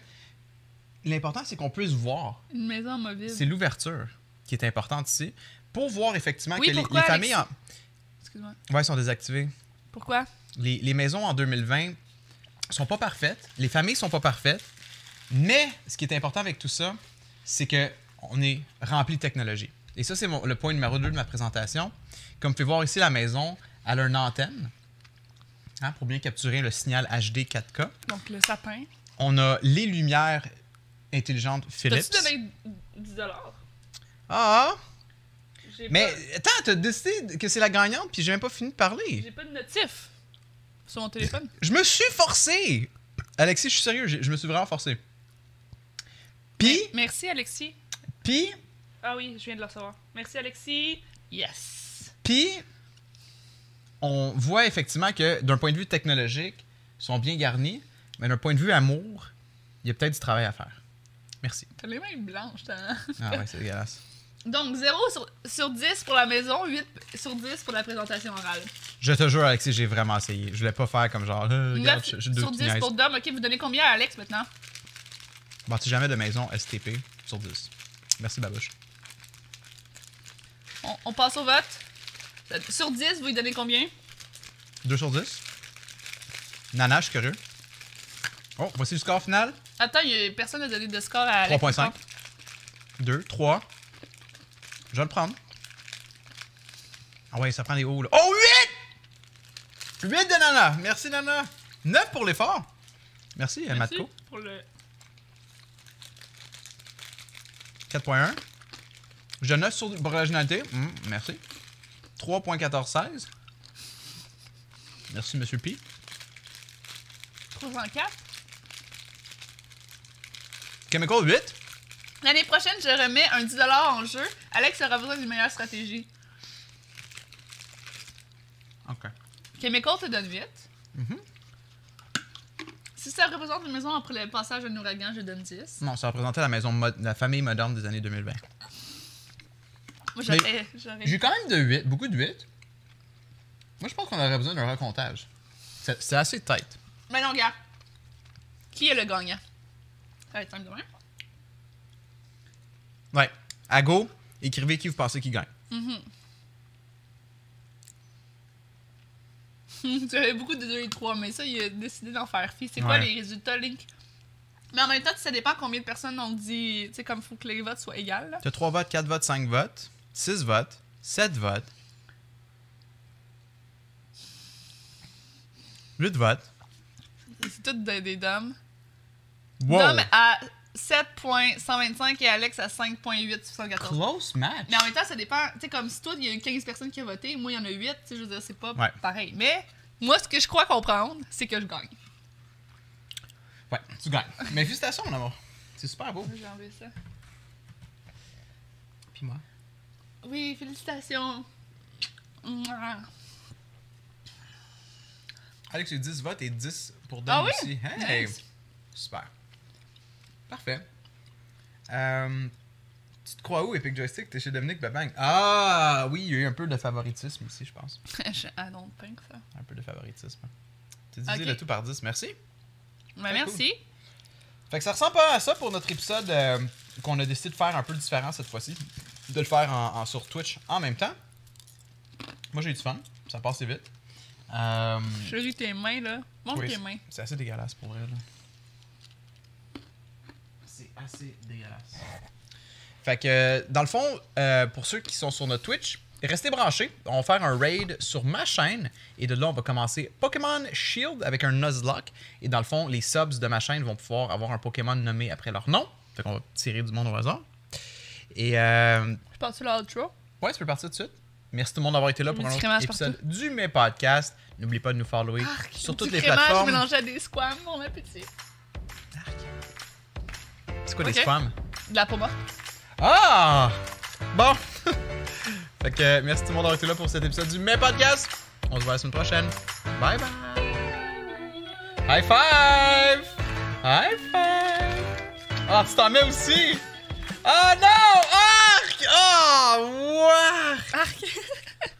l'important c'est qu'on puisse voir.
Une maison mobile.
C'est l'ouverture qui est importante ici pour voir effectivement
Oui,
que les,
pourquoi,
les familles
Alexis? Excuse-moi.
en- ouais, sont désactivées.
Pourquoi?
Les, les maisons en 2020 sont pas parfaites, les familles sont pas parfaites, mais ce qui est important avec tout ça, c'est que on est rempli de technologie. Et ça, c'est mon- le point numéro 2 de ma présentation. Comme vous pouvez voir ici, la maison elle a une antenne hein, pour bien capturer le signal HD 4K.
Donc, le sapin.
On a les lumières intelligentes Philips.
T'as-tu donné 10
Ah!
J'ai
Mais
pas-
attends, t'as décidé que c'est la gagnante, puis j'ai même pas fini de parler.
J'ai pas de notif sur mon téléphone.
Je me suis forcé! Alexis, je suis sérieux, j'ai- je me suis vraiment forcé. Puis,
Merci Alexis.
puis,
Ah oui, je viens de le recevoir. Merci Alexis. Yes.
puis, on voit effectivement que d'un point de vue technologique, ils sont bien garnis, mais d'un point de vue amour, il y a peut-être du travail à faire.
(laughs)
Merci.
T'as les mains blanches, t'as.
Ah ouais, c'est dégueulasse.
(laughs) Donc 0 sur, sur 10 pour la maison, 8 sur 10 pour la présentation orale.
Je te jure, Alexis, j'ai vraiment essayé. Je voulais pas faire comme genre, euh, regarde,
9
je, je, deux
sur
petites
10
niaises.
pour Dom. Ok, vous donnez combien à Alex maintenant
Bâtis jamais de maison STP sur 10. Merci, Babouche.
on, on passe au vote. Euh, Sur 10, vous lui donnez combien
2 sur 10. Nana, je suis curieux. Oh, voici le score final.
Attends, il y a- personne n'a donné de score à.
3.5. 2, 3. Je vais le prendre. Ah ouais, ça prend des hauts, là. Oh, 8! 8 de Nana. Merci, Nana. 9 pour l'effort. Merci, euh,
Merci
Matko.
pour le.
4.1. Je 9 sur pour l'originalité. Hum, merci. 3.1416. Merci, Monsieur P.
304.
Chemical 8.
L'année prochaine, je remets un 10$ en jeu. Alex aura besoin d'une meilleure stratégie.
OK.
Chemical te donne vite.
Mhm.
Si ça représente une maison après le passage d'un ouragan, je donne 10.
Non, ça représentait la maison mo- la famille moderne des années 2020.
Moi,
Mais-
j'aurais. j'aurais-
J'ai quand même de 8, beaucoup de 8. Moi, je pense qu'on aurait besoin d'un recomptage. C'est c'est assez tight.
Mais non, gars. Qui est le gagnant? Ça va être simple demain.
Ouais. À go, écrivez qui vous pensez qui gagne.
(laughs) tu avais beaucoup de 2 et 3, mais ça, il a décidé d'en faire fi. C'est quoi
Ouais.
les résultats, Link? Mais en même temps, ça dépend combien de personnes ont dit. Tu sais, comme il faut que les votes soient égales. là.
T'as 3 votes, 4 votes, 5 votes, 6 votes, 7 votes, 8 votes.
C'est toutes des, des dames.
Wow!
Dom à 7.125 et Alex à 5.874.
Close match!
Mais en même temps, ça dépend. Tu sais, comme si toi, il y a eu 15 personnes qui ont voté, moi, il y en a 8. Tu sais, je veux dire, c'est pas
Ouais.
pareil. Mais moi, ce que je crois comprendre, c'est que je gagne.
Ouais, tu gagnes. Mais félicitations, mon amour. C'est super beau.
J'ai enlevé ça.
Puis moi.
Oui, félicitations. Mouah. (laughs)
Alex, j'ai 10 votes et 10 pour Dom
Ah oui?
aussi. Hey!
Nice.
Super. Parfait. Euh, tu te crois où, Epic Joystick? T'es chez Dominique Babang. Ah oui, il y a eu un peu de favoritisme ici, je pense.
Je- I don't think so.
Un peu de favoritisme. T'as divisé
Ok.
le tout par 10, merci.
Ben,
Ah,
merci.
Fait que ça ressemble pas à ça pour notre épisode euh, qu'on a décidé de faire un peu différent cette fois-ci. De le faire en, en- sur Twitch en même temps. Moi, j'ai eu du fun. Ça passe vite. Euh,
Je lis tes mains, là. Montre
oui,
tes mains.
C'est assez dégueulasse pour vrai. là. C'est assez dégueulasse. Fait que, euh, dans le fond, euh, pour ceux qui sont sur notre Twitch, restez branchés. On va faire un raid sur ma chaîne. Et de là, on va commencer Pokémon Shield avec un Nuzlocke. Et dans le fond, les subs de ma chaîne vont pouvoir avoir un Pokémon nommé après leur nom. Fait qu'on va tirer du monde au hasard. Et euh,
Je passe sur l'outro.
ouais, tu peux partir tout de suite. Merci tout le monde d'avoir été là pour un autre
Multicrémage
épisode du Mes Podcast. N'oublie pas de nous follower
Ah,
sur toutes les
Je
plateformes.
mélangeais des squams, mon appétit.
C'est quoi
Ok.
des spams?
De la peau morte. (laughs)
Ah! Bon! (laughs) fait que euh, merci tout le monde d'avoir été là pour cet épisode du Mes Podcast. On se voit la semaine prochaine. Bye bye! High five! High five! Ah, tu t'en mets aussi! Ah non! Arc! Ah! Ouah!
Arc.